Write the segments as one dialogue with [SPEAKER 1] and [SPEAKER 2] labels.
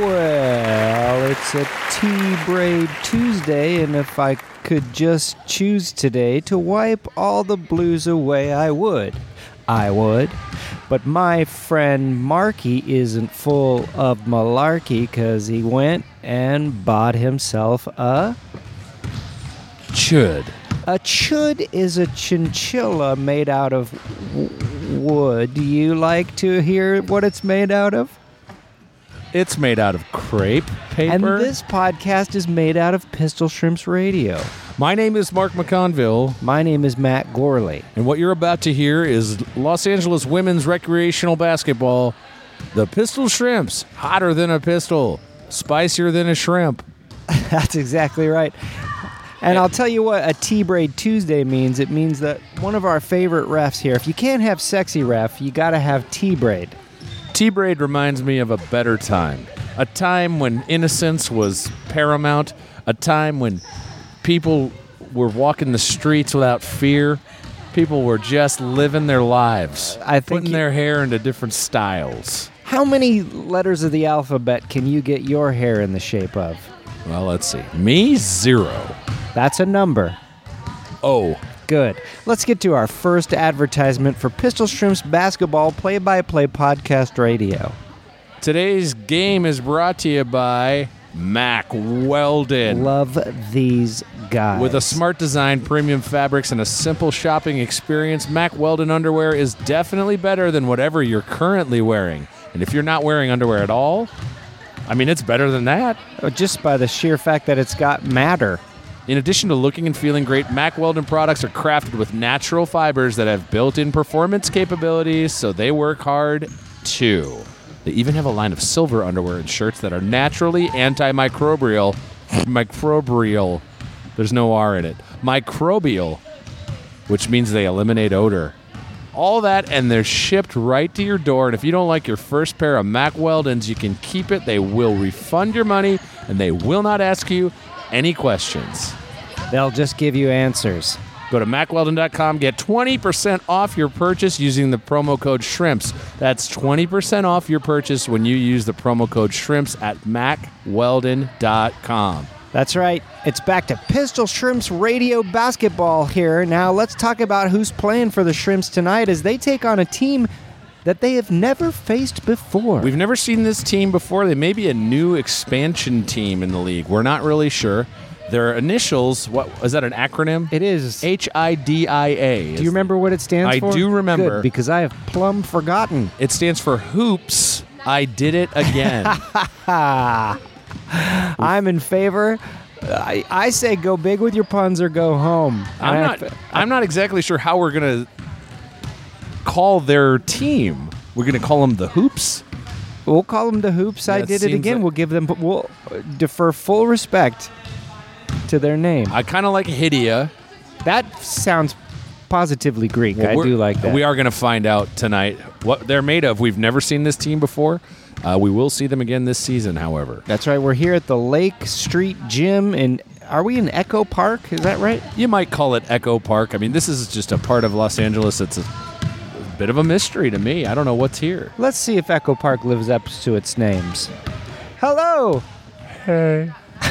[SPEAKER 1] Well, it's a T Braid Tuesday, and if I could just choose today to wipe all the blues away, I would. I would. But my friend Marky isn't full of malarkey because he went and bought himself a.
[SPEAKER 2] Chud.
[SPEAKER 1] A chud is a chinchilla made out of w- wood. Do you like to hear what it's made out of?
[SPEAKER 2] It's made out of crepe paper.
[SPEAKER 1] And this podcast is made out of Pistol Shrimps Radio.
[SPEAKER 2] My name is Mark McConville,
[SPEAKER 1] My name is Matt Gorley.
[SPEAKER 2] and what you're about to hear is Los Angeles women's recreational basketball. The pistol shrimps, hotter than a pistol, spicier than a shrimp.
[SPEAKER 1] That's exactly right. And I'll tell you what a T Braid Tuesday means. It means that one of our favorite refs here, if you can't have sexy ref, you got to have T Braid.
[SPEAKER 2] T Braid reminds me of a better time. A time when innocence was paramount. A time when people were walking the streets without fear. People were just living their lives.
[SPEAKER 1] I think
[SPEAKER 2] putting
[SPEAKER 1] you-
[SPEAKER 2] their hair into different styles.
[SPEAKER 1] How many letters of the alphabet can you get your hair in the shape of?
[SPEAKER 2] Well, let's see. Me zero.
[SPEAKER 1] That's a number.
[SPEAKER 2] Oh,
[SPEAKER 1] Good. Let's get to our first advertisement for Pistol Shrimps Basketball Play by Play Podcast Radio.
[SPEAKER 2] today's game is brought to you by Mac Weldon.
[SPEAKER 1] Love these guys.
[SPEAKER 2] With a smart design, premium fabrics, and a simple shopping experience, Mac Weldon underwear is definitely better than whatever you're currently wearing. And if you're not wearing underwear at all, I mean, it's better than that.
[SPEAKER 1] Oh, just by the sheer fact that it's got matter.
[SPEAKER 2] In addition to looking and feeling great, Mack Weldon products are crafted with natural fibers that have built in performance capabilities, so they work hard too. They even have a line of silver underwear and shirts that are naturally antimicrobial. Microbial. There's no R in it. Microbial, which means they eliminate odor. All that, and they're shipped right to your door. And if you don't like your first pair of Mack Weldons, you can keep it. They will refund your money, and they will not ask you any questions.
[SPEAKER 1] They'll just give you answers.
[SPEAKER 2] Go to macweldon.com, get 20% off your purchase using the promo code SHRIMPS. That's 20% off your purchase when you use the promo code SHRIMPS at macweldon.com.
[SPEAKER 1] That's right. It's back to Pistol Shrimps Radio Basketball here. Now let's talk about who's playing for the Shrimps tonight as they take on a team that they have never faced before.
[SPEAKER 2] We've never seen this team before. They may be a new expansion team in the league. We're not really sure. Their initials, what is that an acronym?
[SPEAKER 1] it is.
[SPEAKER 2] H I D I A.
[SPEAKER 1] do you remember what it stands
[SPEAKER 2] I
[SPEAKER 1] for?
[SPEAKER 2] do
[SPEAKER 1] Good,
[SPEAKER 2] remember.
[SPEAKER 1] because I have plumb forgotten.
[SPEAKER 2] It stands for Hoops. I did it again.
[SPEAKER 1] I'm in favor. I, I say go big with your puns or go home.
[SPEAKER 2] I'm
[SPEAKER 1] And I
[SPEAKER 2] not.
[SPEAKER 1] f-
[SPEAKER 2] I'm not exactly sure how we're gonna call their team. We're gonna call them the Hoops.
[SPEAKER 1] We'll call them the hoops. I
[SPEAKER 2] Yeah, it
[SPEAKER 1] did it
[SPEAKER 2] seems
[SPEAKER 1] again.
[SPEAKER 2] like-
[SPEAKER 1] we'll give them. We'll defer full respect to their name.
[SPEAKER 2] I kind of like Hidia.
[SPEAKER 1] that sounds positively Greek. I
[SPEAKER 2] We're-
[SPEAKER 1] do like that.
[SPEAKER 2] We are gonna find out tonight what they're made of. We've never seen this team before. Uh, we will see them again this season, however.
[SPEAKER 1] That's right. We're here at the Lake Street Gym, and are we in Echo Park? Is that right?
[SPEAKER 2] You might call it Echo Park. I mean, this is just a part of Los Angeles that's a bit of a mystery to me. I don't know what's here.
[SPEAKER 1] Let's see if Echo Park lives up to its names. Hello. Hey.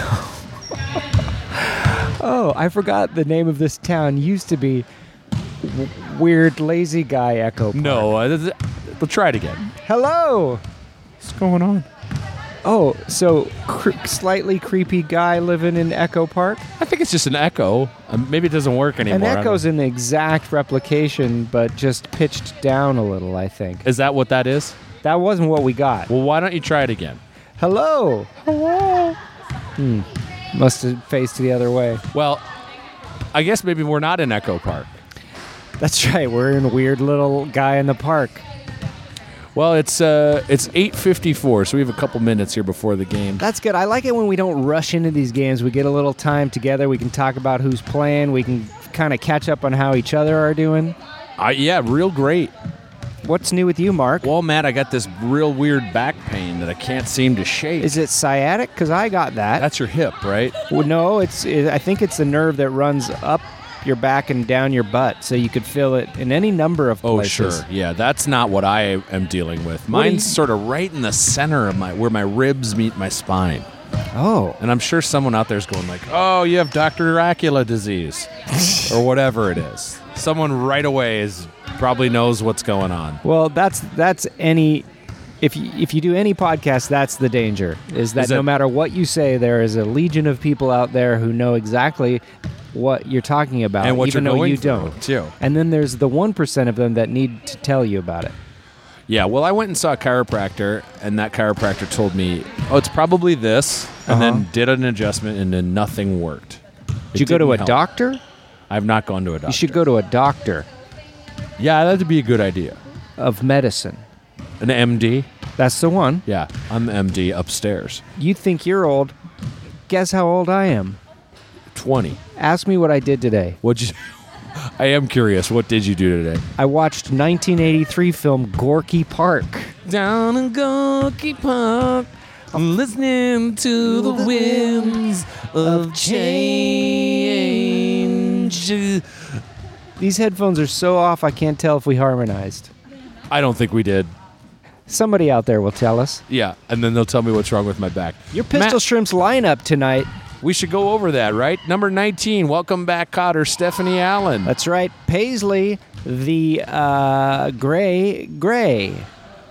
[SPEAKER 1] oh, I forgot the name of this town used to be W- Weird Lazy Guy Echo Park.
[SPEAKER 2] No, uh, th- th- we'll try it again.
[SPEAKER 1] Hello.
[SPEAKER 2] What's going on?
[SPEAKER 1] Oh, so cr- slightly creepy guy living in Echo Park.
[SPEAKER 2] I think it's just an echo. Uh, maybe it doesn't work anymore.
[SPEAKER 1] And
[SPEAKER 2] I don't-
[SPEAKER 1] Echo's an exact replication, but just pitched down a little. I think
[SPEAKER 2] Is that what that is?
[SPEAKER 1] that wasn't what we got.
[SPEAKER 2] Well, why don't you try it again?
[SPEAKER 1] Hello. Hello. Hmm. Must have faced the other way.
[SPEAKER 2] Well, I guess maybe we're not in Echo Park.
[SPEAKER 1] That's right. We're in weird little guy in the park.
[SPEAKER 2] Well, it's uh, it's 8:54, so we have a couple minutes here before the game.
[SPEAKER 1] That's good. I like it when we don't rush into these games. We get a little time together. We can talk about who's playing. We can kind of catch up on how each other are doing.
[SPEAKER 2] I, yeah, real great.
[SPEAKER 1] What's new with you, Mark?
[SPEAKER 2] Well, Matt, I got this real weird back pain that I can't seem to shake.
[SPEAKER 1] Is it sciatic? Because I got that.
[SPEAKER 2] That's your hip, right?
[SPEAKER 1] Well, no, it's. It, I think it's the nerve that runs up your back and down your butt, so you could feel it in any number of
[SPEAKER 2] Oh,
[SPEAKER 1] places.
[SPEAKER 2] sure. Yeah, that's not what I am dealing with. Mine's sort of right in the center of my where my ribs meet my spine.
[SPEAKER 1] Oh,
[SPEAKER 2] And I'm sure someone out there's going like, "Oh, you have Dr. Dracula disease or whatever it is." Someone right away is probably knows what's going on.
[SPEAKER 1] well, that's that's any. If you, if you do any podcast, that's the danger. Is that
[SPEAKER 2] Is
[SPEAKER 1] no
[SPEAKER 2] that-
[SPEAKER 1] matter what you say, there is a legion of people out there who know exactly what you're talking about,
[SPEAKER 2] And what
[SPEAKER 1] even
[SPEAKER 2] you're
[SPEAKER 1] though
[SPEAKER 2] going
[SPEAKER 1] you
[SPEAKER 2] through,
[SPEAKER 1] don't.
[SPEAKER 2] too.
[SPEAKER 1] And then there's the one percent of them that need to tell you about it.
[SPEAKER 2] Yeah, well, I went and saw a chiropractor, and that chiropractor told me, "Oh, it's probably this," and then did an adjustment, and then nothing worked.
[SPEAKER 1] Uh-huh. Did you go to a
[SPEAKER 2] doc?
[SPEAKER 1] doctor?
[SPEAKER 2] I've not gone to a doctor.
[SPEAKER 1] You should go to a doctor
[SPEAKER 2] Yeah, that'd be a good idea.
[SPEAKER 1] of medicine.
[SPEAKER 2] An MD.
[SPEAKER 1] That's the one.
[SPEAKER 2] Yeah, I'm the MD upstairs.
[SPEAKER 1] You think you're old. Guess how old I am.
[SPEAKER 2] Twenty.
[SPEAKER 1] Ask me what I did today.
[SPEAKER 2] What'd you? I am curious. What did you do today?
[SPEAKER 1] I watched 1983 film Gorky Park.
[SPEAKER 2] Down in Gorky Park, I'm listening to the winds of change.
[SPEAKER 1] These headphones are so off, I can't tell if we harmonized.
[SPEAKER 2] I don't think we did.
[SPEAKER 1] Somebody out there will tell us.
[SPEAKER 2] Yeah, and then they'll tell me what's wrong with my back.
[SPEAKER 1] Your Pistol
[SPEAKER 2] Matt,
[SPEAKER 1] Shrimp's lineup tonight.
[SPEAKER 2] we should go over that, right? Number 19, welcome back, Cotter, Stephanie Allen.
[SPEAKER 1] That's right, Paisley, the uh, gray, gray,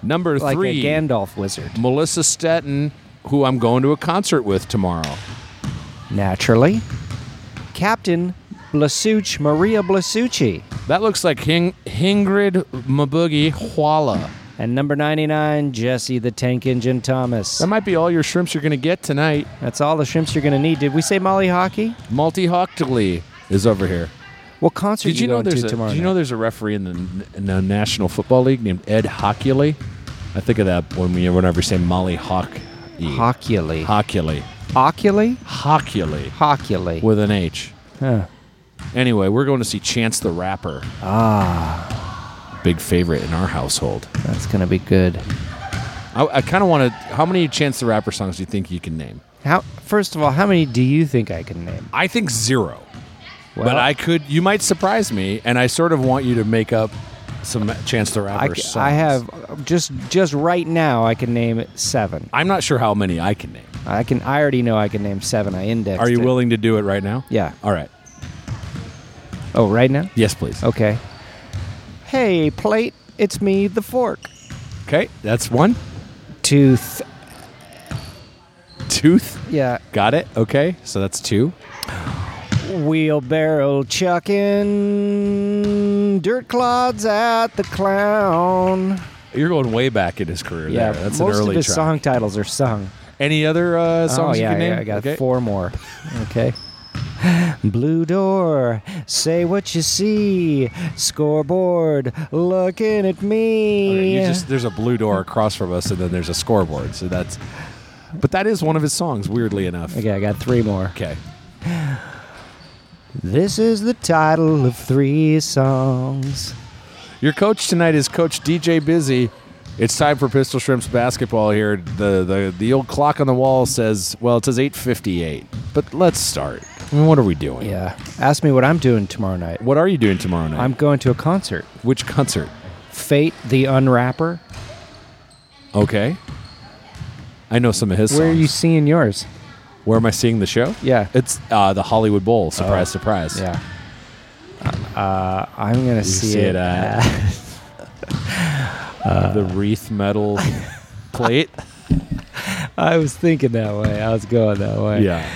[SPEAKER 2] Number
[SPEAKER 1] like a
[SPEAKER 2] three,
[SPEAKER 1] Gandalf wizard.
[SPEAKER 2] Melissa Stetton, who I'm going to a concert with tomorrow.
[SPEAKER 1] Naturally, Captain Blasucci, Maria Blasucci,
[SPEAKER 2] That looks like Hing- Hingrid Maboogie Huala.
[SPEAKER 1] and number 99, Jesse the Tank Engine Thomas.
[SPEAKER 2] That might be all your shrimps you're going to get tonight.
[SPEAKER 1] That's all the shrimps you're going to need. Did we say Molly Hockey?
[SPEAKER 2] Multi Hockley is over here.
[SPEAKER 1] What concert
[SPEAKER 2] Did you, know
[SPEAKER 1] going
[SPEAKER 2] there's
[SPEAKER 1] to
[SPEAKER 2] a,
[SPEAKER 1] tomorrow?
[SPEAKER 2] Did you know
[SPEAKER 1] night?
[SPEAKER 2] there's a referee in the, in the National Football League named Ed Hockley? I think of that when we whenever we say Molly Hock.
[SPEAKER 1] Hockley.
[SPEAKER 2] Hockley.
[SPEAKER 1] Hockley?
[SPEAKER 2] Hockley
[SPEAKER 1] Hockley.
[SPEAKER 2] with an H.
[SPEAKER 1] Huh.
[SPEAKER 2] Anyway, we're going to see Chance the Rapper. Ah.
[SPEAKER 1] Ah.
[SPEAKER 2] Big favorite in our household.
[SPEAKER 1] That's going to be good.
[SPEAKER 2] I, I kind of want to. How many Chance the Rapper songs do you think you can name?
[SPEAKER 1] How? First of all, how many do you think I can name?
[SPEAKER 2] I think zero.
[SPEAKER 1] Well,
[SPEAKER 2] but I could. You might surprise me, and I sort of want you to make up some Chance the
[SPEAKER 1] I,
[SPEAKER 2] Rapper
[SPEAKER 1] c-
[SPEAKER 2] songs.
[SPEAKER 1] I have uh, just just right now. I can name seven.
[SPEAKER 2] I'm not sure how many I can name.
[SPEAKER 1] I can. I already know I can name seven. I indexed.
[SPEAKER 2] Are you
[SPEAKER 1] it.
[SPEAKER 2] willing to do it right now?
[SPEAKER 1] Yeah.
[SPEAKER 2] All right.
[SPEAKER 1] Oh, right now.
[SPEAKER 2] Yes, please.
[SPEAKER 1] Okay. Hey, plate. It's me, the fork.
[SPEAKER 2] Okay. That's one.
[SPEAKER 1] Tooth.
[SPEAKER 2] Tooth.
[SPEAKER 1] Yeah.
[SPEAKER 2] Got it. Okay. So that's two.
[SPEAKER 1] Wheelbarrow chucking. Dirt clods at the clown.
[SPEAKER 2] You're going way back in his career.
[SPEAKER 1] Yeah,
[SPEAKER 2] there. that's
[SPEAKER 1] most
[SPEAKER 2] an early
[SPEAKER 1] of his
[SPEAKER 2] track.
[SPEAKER 1] song titles are sung.
[SPEAKER 2] Any other uh, songs
[SPEAKER 1] oh yeah,
[SPEAKER 2] you can name?
[SPEAKER 1] yeah, I got
[SPEAKER 2] Okay.
[SPEAKER 1] four more. Okay. Blue door, say what you see. Scoreboard, looking at me.
[SPEAKER 2] Okay, you just there's a blue door across from us, and then there's a scoreboard. So that's, but that is one of his songs. Weirdly enough.
[SPEAKER 1] okay, I got three more.
[SPEAKER 2] Okay.
[SPEAKER 1] This is the title of three songs.
[SPEAKER 2] Your coach tonight is Coach DJ Busy. It's time for Pistol Shrimps basketball here. The the, the old clock on the wall says, well, it says 8:58. But let's start. I mean, what are we doing?
[SPEAKER 1] Yeah. Ask me what I'm doing tomorrow night.
[SPEAKER 2] What are you doing tomorrow night?
[SPEAKER 1] I'm going to a concert.
[SPEAKER 2] Which concert?
[SPEAKER 1] Fate the Unwrapper.
[SPEAKER 2] Okay. I know some of his
[SPEAKER 1] Where are you
[SPEAKER 2] songs.
[SPEAKER 1] seeing yours?
[SPEAKER 2] Where am I seeing the show?
[SPEAKER 1] Yeah.
[SPEAKER 2] It's uh, the Hollywood Bowl. Surprise, surprise.
[SPEAKER 1] Yeah. Uh, I'm gonna
[SPEAKER 2] You
[SPEAKER 1] see,
[SPEAKER 2] see it at the wreath metal plate.
[SPEAKER 1] I was thinking that way. I was going that way.
[SPEAKER 2] yeah.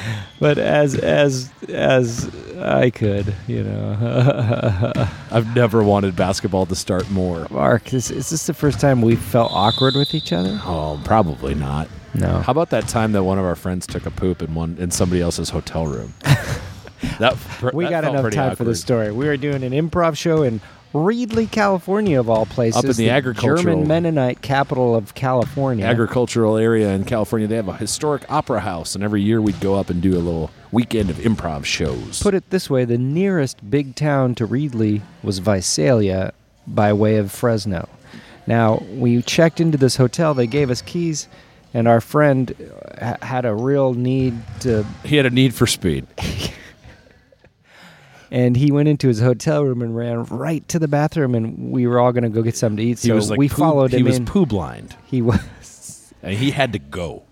[SPEAKER 1] but as as as I could, you know.
[SPEAKER 2] I've never wanted basketball to start more.
[SPEAKER 1] Mark, is, is this the first time we felt awkward with each other?
[SPEAKER 2] Oh, Um, probably not.
[SPEAKER 1] No.
[SPEAKER 2] How about that time that one of our friends took a poop in one in somebody else's hotel room? that
[SPEAKER 1] we
[SPEAKER 2] that
[SPEAKER 1] got
[SPEAKER 2] felt
[SPEAKER 1] enough
[SPEAKER 2] pretty
[SPEAKER 1] time for
[SPEAKER 2] awkward.
[SPEAKER 1] this story. We are doing an improv show in Reedley, California, of all places.
[SPEAKER 2] Up in the agricultural-
[SPEAKER 1] German Mennonite capital of California.
[SPEAKER 2] agricultural area in California. They have a historic opera house, and every year we'd go up and do a little weekend of improv shows.
[SPEAKER 1] Put it this way the nearest big town to Reedley was Visalia by way of Fresno. Now, we checked into this hotel, they gave us keys, and our friend uh, ha- had a real need to
[SPEAKER 2] he had a need for speed.
[SPEAKER 1] and he went into his hotel room and ran right to the bathroom and we were all going to go get something to eat
[SPEAKER 2] He
[SPEAKER 1] so
[SPEAKER 2] was like
[SPEAKER 1] we
[SPEAKER 2] poo-
[SPEAKER 1] followed
[SPEAKER 2] He
[SPEAKER 1] him
[SPEAKER 2] was
[SPEAKER 1] in
[SPEAKER 2] poo blind,
[SPEAKER 1] he was
[SPEAKER 2] and he had to go.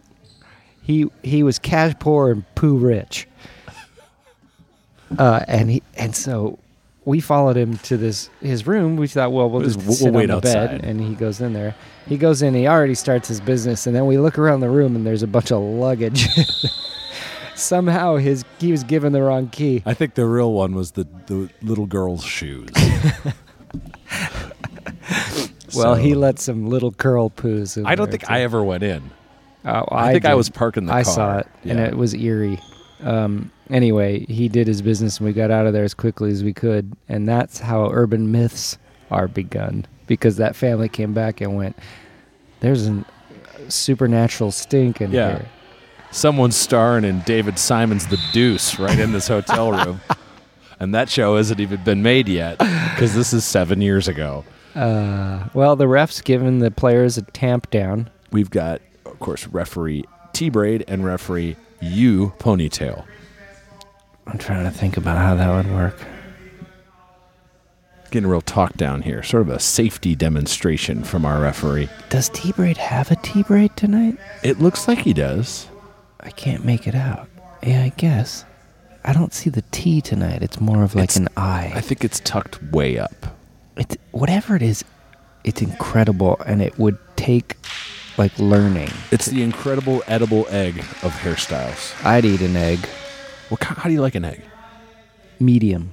[SPEAKER 1] he he was cash poor and poo rich. Uh, and he and so we followed him to this his room. We thought, well, we'll
[SPEAKER 2] We'll
[SPEAKER 1] just
[SPEAKER 2] just-
[SPEAKER 1] sit
[SPEAKER 2] we'll wait
[SPEAKER 1] on the
[SPEAKER 2] outside.
[SPEAKER 1] bed, and he goes in there. He goes in. He already starts his business, and then we look around the room, and there's a bunch of luggage. Somehow his he was given the wrong key.
[SPEAKER 2] I think the real one was the, the little girl's shoes.
[SPEAKER 1] Well, he
[SPEAKER 2] So-
[SPEAKER 1] let some little curl poos. In
[SPEAKER 2] I don't
[SPEAKER 1] there,
[SPEAKER 2] think
[SPEAKER 1] too.
[SPEAKER 2] I ever went in.
[SPEAKER 1] Oh,
[SPEAKER 2] I, think I
[SPEAKER 1] did.
[SPEAKER 2] was parking the
[SPEAKER 1] I
[SPEAKER 2] car.
[SPEAKER 1] saw it, and
[SPEAKER 2] Yeah.
[SPEAKER 1] it was eerie. Um, anyway, he did his business, and we got out of there as quickly as we could. And that's how urban myths are begun, because that family came back and went, "There's a supernatural stink in
[SPEAKER 2] Yeah.
[SPEAKER 1] here."
[SPEAKER 2] Someone's starring in David Simon's The Deuce right in this hotel room. And that show hasn't even been made yet because this is seven years ago.
[SPEAKER 1] Uh, well, the refs giving the players a tamp down.
[SPEAKER 2] We've got, of course, referee T Braid and referee U Ponytail.
[SPEAKER 1] I'm trying to think about how that would work.
[SPEAKER 2] Getting a real talk down here, sort of a safety demonstration from our referee.
[SPEAKER 1] Does T Braid have a T Braid tonight?
[SPEAKER 2] It looks like he does.
[SPEAKER 1] I can't make it out. Yeah, I guess. I don't see the T tonight. It's more of like
[SPEAKER 2] It's-
[SPEAKER 1] an I.
[SPEAKER 2] I think it's tucked way up.
[SPEAKER 1] it's whatever it is it's incredible and it would take like learning
[SPEAKER 2] It's the incredible edible egg of hairstyles.
[SPEAKER 1] i'd eat an egg
[SPEAKER 2] What, ki- how do you like an egg?
[SPEAKER 1] medium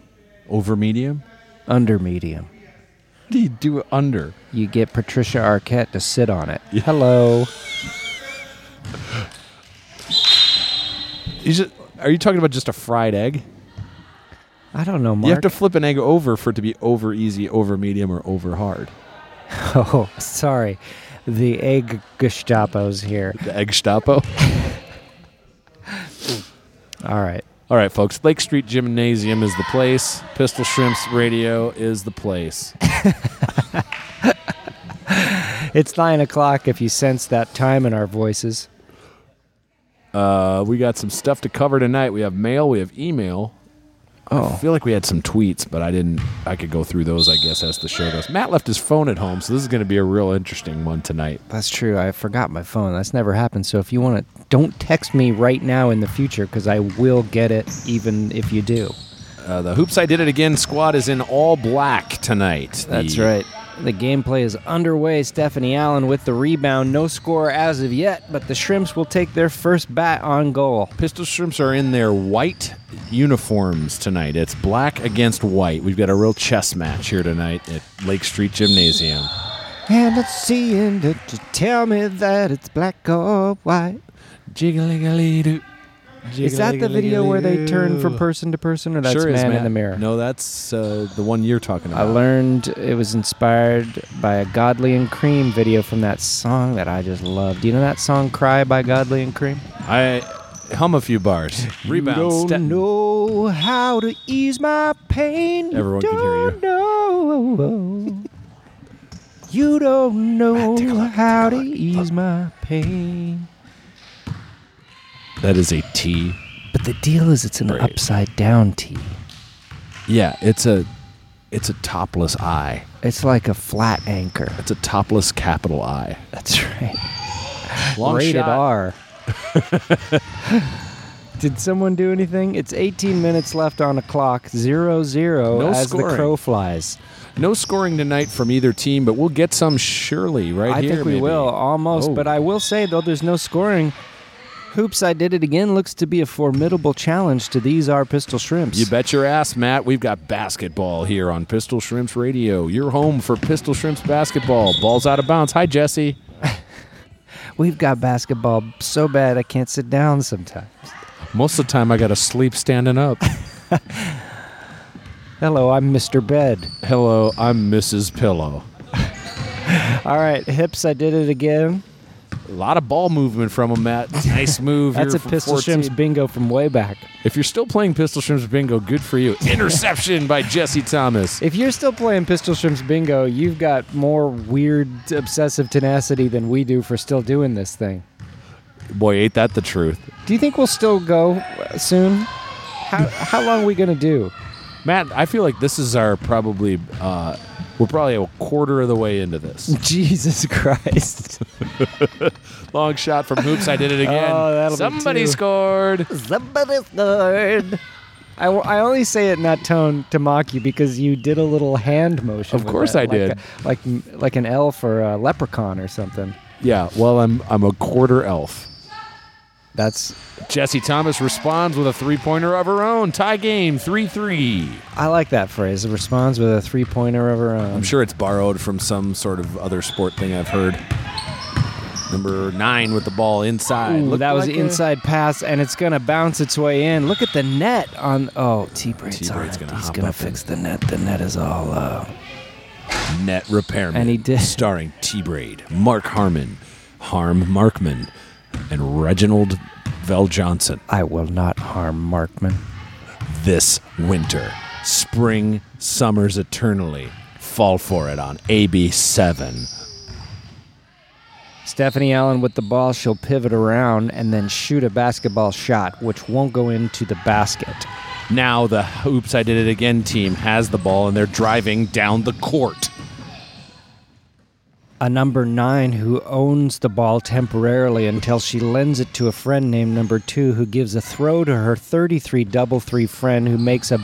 [SPEAKER 2] Over medium?
[SPEAKER 1] under medium
[SPEAKER 2] What do you do under?
[SPEAKER 1] you get patricia arquette to sit on it hello
[SPEAKER 2] You just, are you talking about just a fried egg?
[SPEAKER 1] i don't know mark
[SPEAKER 2] You have to flip an egg over for it to be over easy, over medium, or over hard.
[SPEAKER 1] oh sorry the egg gestapo's here
[SPEAKER 2] The egg stoppo.
[SPEAKER 1] all right
[SPEAKER 2] All right, folks. Lake Street Gymnasium is the place. Pistol Shrimps Radio is the place.
[SPEAKER 1] it's nine o'clock if you sense that time in our voices
[SPEAKER 2] Uh, we got some stuff to cover tonight. We have mail. We have email. I
[SPEAKER 1] oh
[SPEAKER 2] feel like we had some tweets, but I didn't. I could go through those, I guess, as the show goes. Matt left his phone at home, so this is going to be a real interesting one tonight.
[SPEAKER 1] that's true i forgot my phone that's never happened so if you want to don't text me right now in the future because i will get it even if you do
[SPEAKER 2] Uh, the Hoops I Did It Again squad is in all black tonight.
[SPEAKER 1] That's
[SPEAKER 2] The-
[SPEAKER 1] right. The gameplay is underway. Stephanie Allen with the rebound. No score as of yet, but the Shrimps will take their first bat on goal.
[SPEAKER 2] Pistol Shrimps are in their white uniforms tonight. It's black against white. We've got a real chess match here tonight at Lake Street Gymnasium.
[SPEAKER 1] And it's seeing that you tell me that it's black or white.
[SPEAKER 2] Jiggly
[SPEAKER 1] Is that the video where they turn from person to person, or that's
[SPEAKER 2] sure is,
[SPEAKER 1] man,
[SPEAKER 2] Matt.
[SPEAKER 1] in the mirror?
[SPEAKER 2] No, that's uh, the one you're talking
[SPEAKER 1] I
[SPEAKER 2] about.
[SPEAKER 1] learned it was inspired by a Godly and Cream video from that song that I just love. Do you know that song "Cry" by Godly and Cream?
[SPEAKER 2] I hum a few bars. Rebound.
[SPEAKER 1] You don't
[SPEAKER 2] Stetton.
[SPEAKER 1] know how to ease my pain.
[SPEAKER 2] Everyone
[SPEAKER 1] you
[SPEAKER 2] can hear
[SPEAKER 1] don't Know. you don't know
[SPEAKER 2] take a look,
[SPEAKER 1] how
[SPEAKER 2] take a
[SPEAKER 1] to
[SPEAKER 2] look.
[SPEAKER 1] ease my pain.
[SPEAKER 2] That is a T.
[SPEAKER 1] But the deal is, it's an
[SPEAKER 2] Great.
[SPEAKER 1] upside down T.
[SPEAKER 2] Yeah, it's a it's a topless I.
[SPEAKER 1] It's like a flat anchor.
[SPEAKER 2] It's a topless capital I.
[SPEAKER 1] That's right.
[SPEAKER 2] Long
[SPEAKER 1] Rated
[SPEAKER 2] shot.
[SPEAKER 1] R. Did someone do anything? It's 18 minutes left on a clock. Zero zero
[SPEAKER 2] No
[SPEAKER 1] as the
[SPEAKER 2] scoring.
[SPEAKER 1] crow flies.
[SPEAKER 2] No scoring tonight from either team, but we'll get some surely right
[SPEAKER 1] I
[SPEAKER 2] here.
[SPEAKER 1] think we
[SPEAKER 2] maybe.
[SPEAKER 1] will almost,
[SPEAKER 2] Oh.
[SPEAKER 1] but I will say though there's no scoring. Hoops, I did it again. Looks to be a formidable challenge to these are pistol shrimps.
[SPEAKER 2] You bet your ass, Matt. We've got basketball here on Pistol Shrimps Radio. Your home for Pistol Shrimps basketball. Balls out of bounds. Hi, Jesse.
[SPEAKER 1] We've got basketball so bad I can't sit down sometimes.
[SPEAKER 2] Most of the time, I gotta sleep standing up.
[SPEAKER 1] Hello, I'm Mr. Bed.
[SPEAKER 2] Hello, I'm Mrs. Pillow.
[SPEAKER 1] All right, hips, I did it again.
[SPEAKER 2] A lot of ball movement from him, Matt. Nice move.
[SPEAKER 1] That's
[SPEAKER 2] here
[SPEAKER 1] a
[SPEAKER 2] from
[SPEAKER 1] pistol
[SPEAKER 2] 14.
[SPEAKER 1] shims bingo from way back.
[SPEAKER 2] If you're still playing Pistol Shrimps Bingo, good for you. Interception by Jesse Thomas.
[SPEAKER 1] If you're still playing Pistol Shrimps Bingo, you've got more weird, obsessive tenacity than we do for still doing this thing.
[SPEAKER 2] Boy, ain't that the truth.
[SPEAKER 1] Do you think we'll still go uh, soon? How, how long are we going to do?
[SPEAKER 2] Matt, I feel like this is our probably, uh, we're probably a quarter of the way into this.
[SPEAKER 1] Jesus Christ.
[SPEAKER 2] Long shot from Hoops. I did it again.
[SPEAKER 1] Oh, that'll be
[SPEAKER 2] Somebody
[SPEAKER 1] two.
[SPEAKER 2] scored.
[SPEAKER 1] Somebody's third. I, w- I only say it in that tone to mock you because you did a little hand motion.
[SPEAKER 2] Of
[SPEAKER 1] with
[SPEAKER 2] course
[SPEAKER 1] that,
[SPEAKER 2] I did.
[SPEAKER 1] Like, a, like like an elf or a leprechaun or something.
[SPEAKER 2] Yeah, well, I'm, I'm a quarter elf.
[SPEAKER 1] That's
[SPEAKER 2] Jesse Thomas responds with a three pointer of her own. Tie game 3 3.
[SPEAKER 1] I like that phrase. It responds with a three pointer of her own.
[SPEAKER 2] I'm sure it's borrowed from some sort of other sport thing I've heard. Number nine with the ball inside.
[SPEAKER 1] Ooh,
[SPEAKER 2] Looked
[SPEAKER 1] that was
[SPEAKER 2] like
[SPEAKER 1] an
[SPEAKER 2] a-
[SPEAKER 1] inside pass, and it's gonna bounce its way in. Look at the net on. Oh, T Braid's on.
[SPEAKER 2] T-Braid's
[SPEAKER 1] it.
[SPEAKER 2] gonna
[SPEAKER 1] He's
[SPEAKER 2] hop
[SPEAKER 1] gonna
[SPEAKER 2] up
[SPEAKER 1] fix the net. The net is all uh, low.
[SPEAKER 2] Net Repairman.
[SPEAKER 1] And he did.
[SPEAKER 2] Starring T Braid, Mark Harmon, Harm Markman, and Reginald Vell Johnson
[SPEAKER 1] I will not harm Markman.
[SPEAKER 2] this winter. Spring, summers eternally. Fall for it on AB7.
[SPEAKER 1] Stephanie Allen with the ball. She'll pivot around and then shoot a basketball shot, which won't go into the basket.
[SPEAKER 2] Now the Oops, I Did It Again team has the ball and they're driving down the court.
[SPEAKER 1] A number nine who owns the ball temporarily until she lends it to a friend named number two who gives a throw to her 33 double three friend who makes a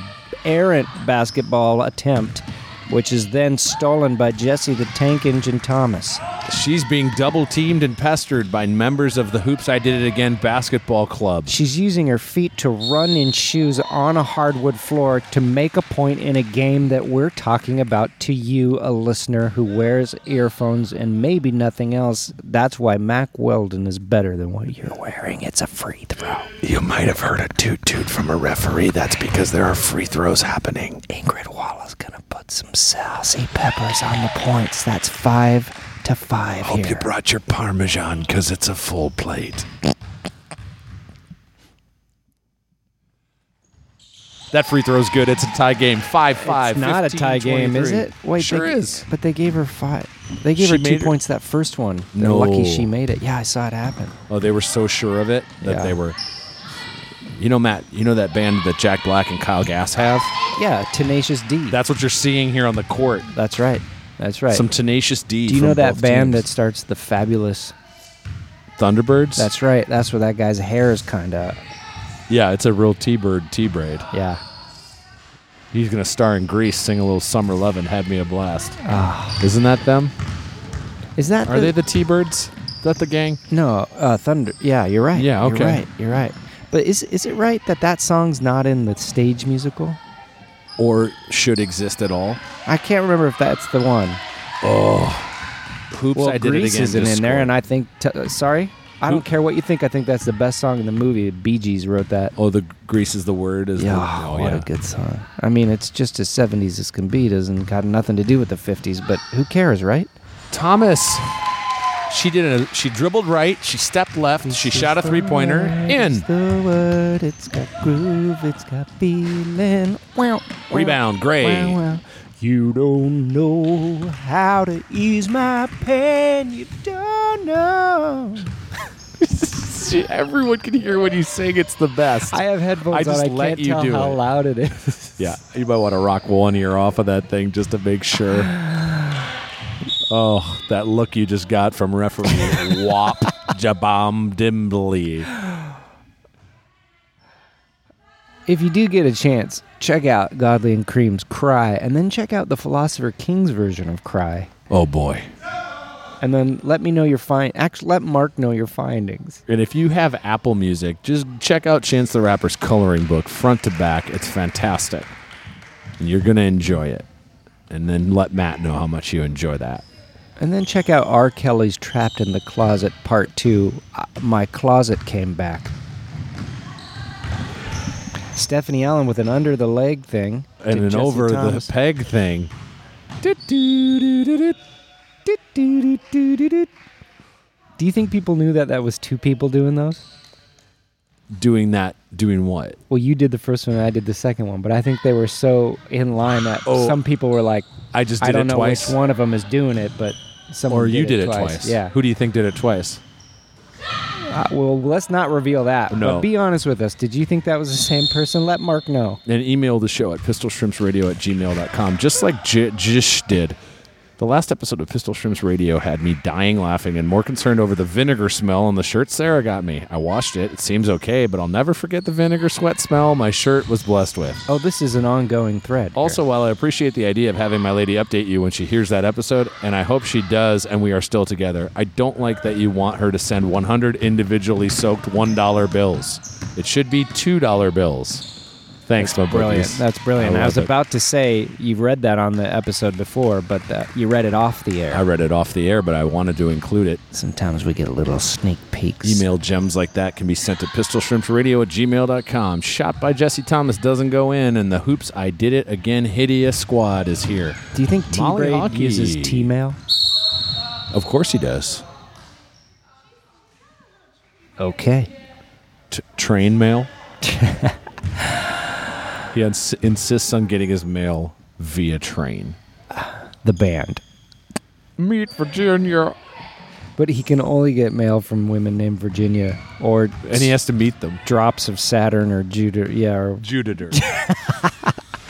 [SPEAKER 1] errant basketball attempt, which is then stolen by Jesse the Tank Engine Thomas.
[SPEAKER 2] She's being double teamed and pestered by members of the Hoops I Did It Again basketball club.
[SPEAKER 1] She's using her feet to run in shoes on a hardwood floor to make a point in a game that we're talking about to you, a listener who wears earphones and maybe nothing else. That's why Mac Weldon is better than what you're wearing. It's a free throw.
[SPEAKER 3] You might have heard a toot toot from a referee. That's because there are free throws happening.
[SPEAKER 1] Ingrid Wallace gonna put some saucy peppers on the points. That's five to five
[SPEAKER 3] Hope you
[SPEAKER 1] here.
[SPEAKER 3] brought your Parmesan because it's a full plate.
[SPEAKER 2] That free throw's good. It's a tie game. 5 5.
[SPEAKER 1] it's not a tie game, is it?
[SPEAKER 2] sure
[SPEAKER 1] they,
[SPEAKER 2] is.
[SPEAKER 1] But they gave her five. They gave
[SPEAKER 2] She
[SPEAKER 1] her two
[SPEAKER 2] made her-
[SPEAKER 1] points that first one. They're
[SPEAKER 2] No.
[SPEAKER 1] lucky she made it. Yeah, I saw it happen.
[SPEAKER 2] Oh, they were so sure of it that
[SPEAKER 1] Yeah.
[SPEAKER 2] they were. You know, Matt, you know that band that Jack Black and Kyle Gass have?
[SPEAKER 1] Yeah, Tenacious D.
[SPEAKER 2] That's what you're seeing here on the court.
[SPEAKER 1] That's right. That's right.
[SPEAKER 2] Some tenacious D.
[SPEAKER 1] Do you know
[SPEAKER 2] from
[SPEAKER 1] that
[SPEAKER 2] both
[SPEAKER 1] band that
[SPEAKER 2] teams.
[SPEAKER 1] starts the Fabulous?
[SPEAKER 2] Thunderbirds?
[SPEAKER 1] That's right. That's where that guy's hair is kind of.
[SPEAKER 2] yeah, it's a real T Bird T Braid.
[SPEAKER 1] Yeah.
[SPEAKER 2] He's gonna star in Grease, sing a little Summer Love, and have me a blast.
[SPEAKER 1] Ah.
[SPEAKER 2] Isn't that them?
[SPEAKER 1] Is that?
[SPEAKER 2] Are they the T Birds? Is that the gang?
[SPEAKER 1] No, uh, Thunder. Yeah, you're right.
[SPEAKER 2] Yeah, okay.
[SPEAKER 1] You're right. You're right. But is is it right that that song's not in the stage musical?
[SPEAKER 2] Or should exist at all?
[SPEAKER 1] I can't remember if that's the one.
[SPEAKER 2] Hoops,
[SPEAKER 1] well,
[SPEAKER 2] I did
[SPEAKER 1] Grease
[SPEAKER 2] it again.
[SPEAKER 1] isn't in
[SPEAKER 2] just
[SPEAKER 1] there,
[SPEAKER 2] scored.
[SPEAKER 1] and I think. T- uh, sorry, I
[SPEAKER 2] Who-
[SPEAKER 1] don't care what you think. I think that's the best song in the movie. Bee Gees wrote that.
[SPEAKER 2] Oh, the grease is the word. Is
[SPEAKER 1] Yeah,
[SPEAKER 2] the, oh,
[SPEAKER 1] what
[SPEAKER 2] yeah.
[SPEAKER 1] a good song. I mean, it's just as 70s as can be. Doesn't got nothing to do with the 50s, but who cares, right?
[SPEAKER 2] Thomas. She did a. She dribbled right. She stepped left. She shot a three pointer in.
[SPEAKER 1] the word. It's got groove. It's got feeling. Wow.
[SPEAKER 2] Rebound, Gray.
[SPEAKER 1] You don't know how to ease my pain. You don't know.
[SPEAKER 2] Everyone can hear when you sing. It's the best.
[SPEAKER 1] I have headphones
[SPEAKER 2] I just
[SPEAKER 1] on. I
[SPEAKER 2] let
[SPEAKER 1] can't
[SPEAKER 2] you
[SPEAKER 1] tell
[SPEAKER 2] do
[SPEAKER 1] how
[SPEAKER 2] it.
[SPEAKER 1] loud it is.
[SPEAKER 2] yeah, you might want to rock one ear off of that thing just to make sure. Oh, that look you just got from referee Wop Jabam Dimbley.
[SPEAKER 1] If you do get a chance, check out Godly and Cream's Cry, and then check out the Philosopher King's version of Cry.
[SPEAKER 2] Oh boy.
[SPEAKER 1] And then let me know your find. Actually, let Mark know your findings.
[SPEAKER 2] And if you have Apple Music, just check out Chance the Rapper's coloring book front to back. It's fantastic. And you're going to enjoy it. And then let Matt know how much you enjoy that.
[SPEAKER 1] And then check out R. Kelly's Trapped in the Closet Part 2 Uh, My Closet Came Back. Stephanie Allen with an under the leg thing. to
[SPEAKER 2] and an
[SPEAKER 1] Jesse
[SPEAKER 2] over
[SPEAKER 1] Thomas.
[SPEAKER 2] the peg thing.
[SPEAKER 1] Do-do-do-do-do. Do you think people knew that that was two people doing those?
[SPEAKER 2] Doing that, doing what?
[SPEAKER 1] Well, you did the first one and I did the second one, but I think they were so in line that
[SPEAKER 2] Oh.
[SPEAKER 1] some people were like,
[SPEAKER 2] I just did
[SPEAKER 1] I don't
[SPEAKER 2] it
[SPEAKER 1] know
[SPEAKER 2] twice.
[SPEAKER 1] which one of them is doing it, but someone
[SPEAKER 2] or you
[SPEAKER 1] did
[SPEAKER 2] did
[SPEAKER 1] it twice. Yeah.
[SPEAKER 2] Who do you think did it twice?
[SPEAKER 1] Uh, well, let's not reveal that.
[SPEAKER 2] No.
[SPEAKER 1] But be honest with us. Did you think that was the same person? Let Mark know.
[SPEAKER 2] And email the show at pistolshrimpsradio at gmail.com, just like J- Jish did. The last episode of Pistol Shrimps Radio had me dying laughing and more concerned over the vinegar smell on the shirt Sarah got me. I washed it. It seems okay, but I'll never forget the vinegar sweat smell my shirt was blessed with.
[SPEAKER 1] Oh, this is an ongoing thread. here.
[SPEAKER 2] Also, while I appreciate the idea of having my lady update you when she hears that episode, and I hope she does and we are still together, I don't like that you want her to send 100 individually soaked $1 bills. It should be $2 bills. Thanks, my
[SPEAKER 1] brilliant.
[SPEAKER 2] bookies.
[SPEAKER 1] That's brilliant.
[SPEAKER 2] I
[SPEAKER 1] I, was
[SPEAKER 2] love it.
[SPEAKER 1] about to say you've read that on the episode before, but that you read it off the air.
[SPEAKER 2] I read it off the air, but I wanted to include it.
[SPEAKER 1] Sometimes we get little sneak peeks.
[SPEAKER 2] Email gems like that can be sent to pistolshrimpsradio at gmail.com. Shot by Jesse Thomas doesn't go in, and the Hoops I Did It Again Hideous squad is here.
[SPEAKER 1] Do you think T
[SPEAKER 2] Molly
[SPEAKER 1] Braid
[SPEAKER 2] Hockey.
[SPEAKER 1] uses T mail?
[SPEAKER 2] Of course he does.
[SPEAKER 1] Okay.
[SPEAKER 2] t- train mail. he ins- insists on getting his mail via train.
[SPEAKER 1] The band.
[SPEAKER 2] Meet Virginia,
[SPEAKER 1] But he can only get mail from women named Virginia or
[SPEAKER 2] and he has to meet them.
[SPEAKER 1] drops of Saturn or Jupiter. Yeah. Or,
[SPEAKER 2] Jupiter.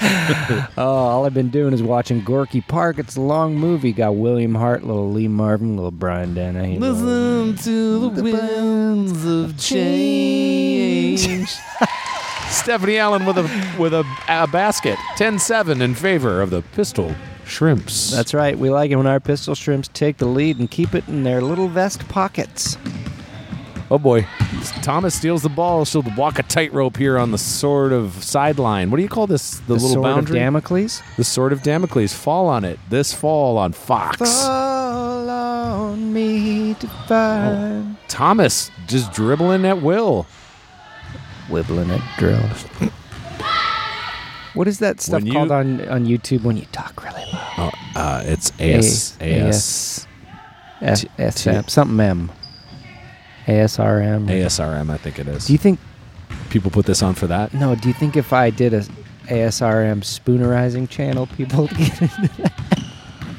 [SPEAKER 1] oh, all I've been doing is watching Gorky Park. It's a long movie. Got William Hart, little Lee Marvin, little Brian Dennehy. little-
[SPEAKER 2] to the winds of change. Stephanie Allen with a with a, a basket, 10-7 in favor of the pistol shrimps.
[SPEAKER 1] That's right. We like it when our pistol shrimps take the lead and keep it in their little vest pockets.
[SPEAKER 2] oh boy. Thomas steals the ball. She'll walk a tightrope here on the sort of sideline. What do you call this? The,
[SPEAKER 1] The
[SPEAKER 2] little
[SPEAKER 1] sword
[SPEAKER 2] boundary.
[SPEAKER 1] of Damocles.
[SPEAKER 2] The Sword of Damocles. Fall on it. This fall on Fox.
[SPEAKER 1] Fall on me to find.
[SPEAKER 2] Thomas just dribbling at will.
[SPEAKER 1] Wibbling at drills. what is that stuff
[SPEAKER 2] When you-
[SPEAKER 1] called on, on YouTube when you talk really loud?
[SPEAKER 2] Uh, it's
[SPEAKER 1] AS.
[SPEAKER 2] AS.
[SPEAKER 1] F-
[SPEAKER 2] T-
[SPEAKER 1] SM, something M. ASRM.
[SPEAKER 2] ASRM, I think it is.
[SPEAKER 1] Do you think
[SPEAKER 2] People put this on for that.
[SPEAKER 1] no? Do you think if I did a ASRM spoonerizing channel, people would get it?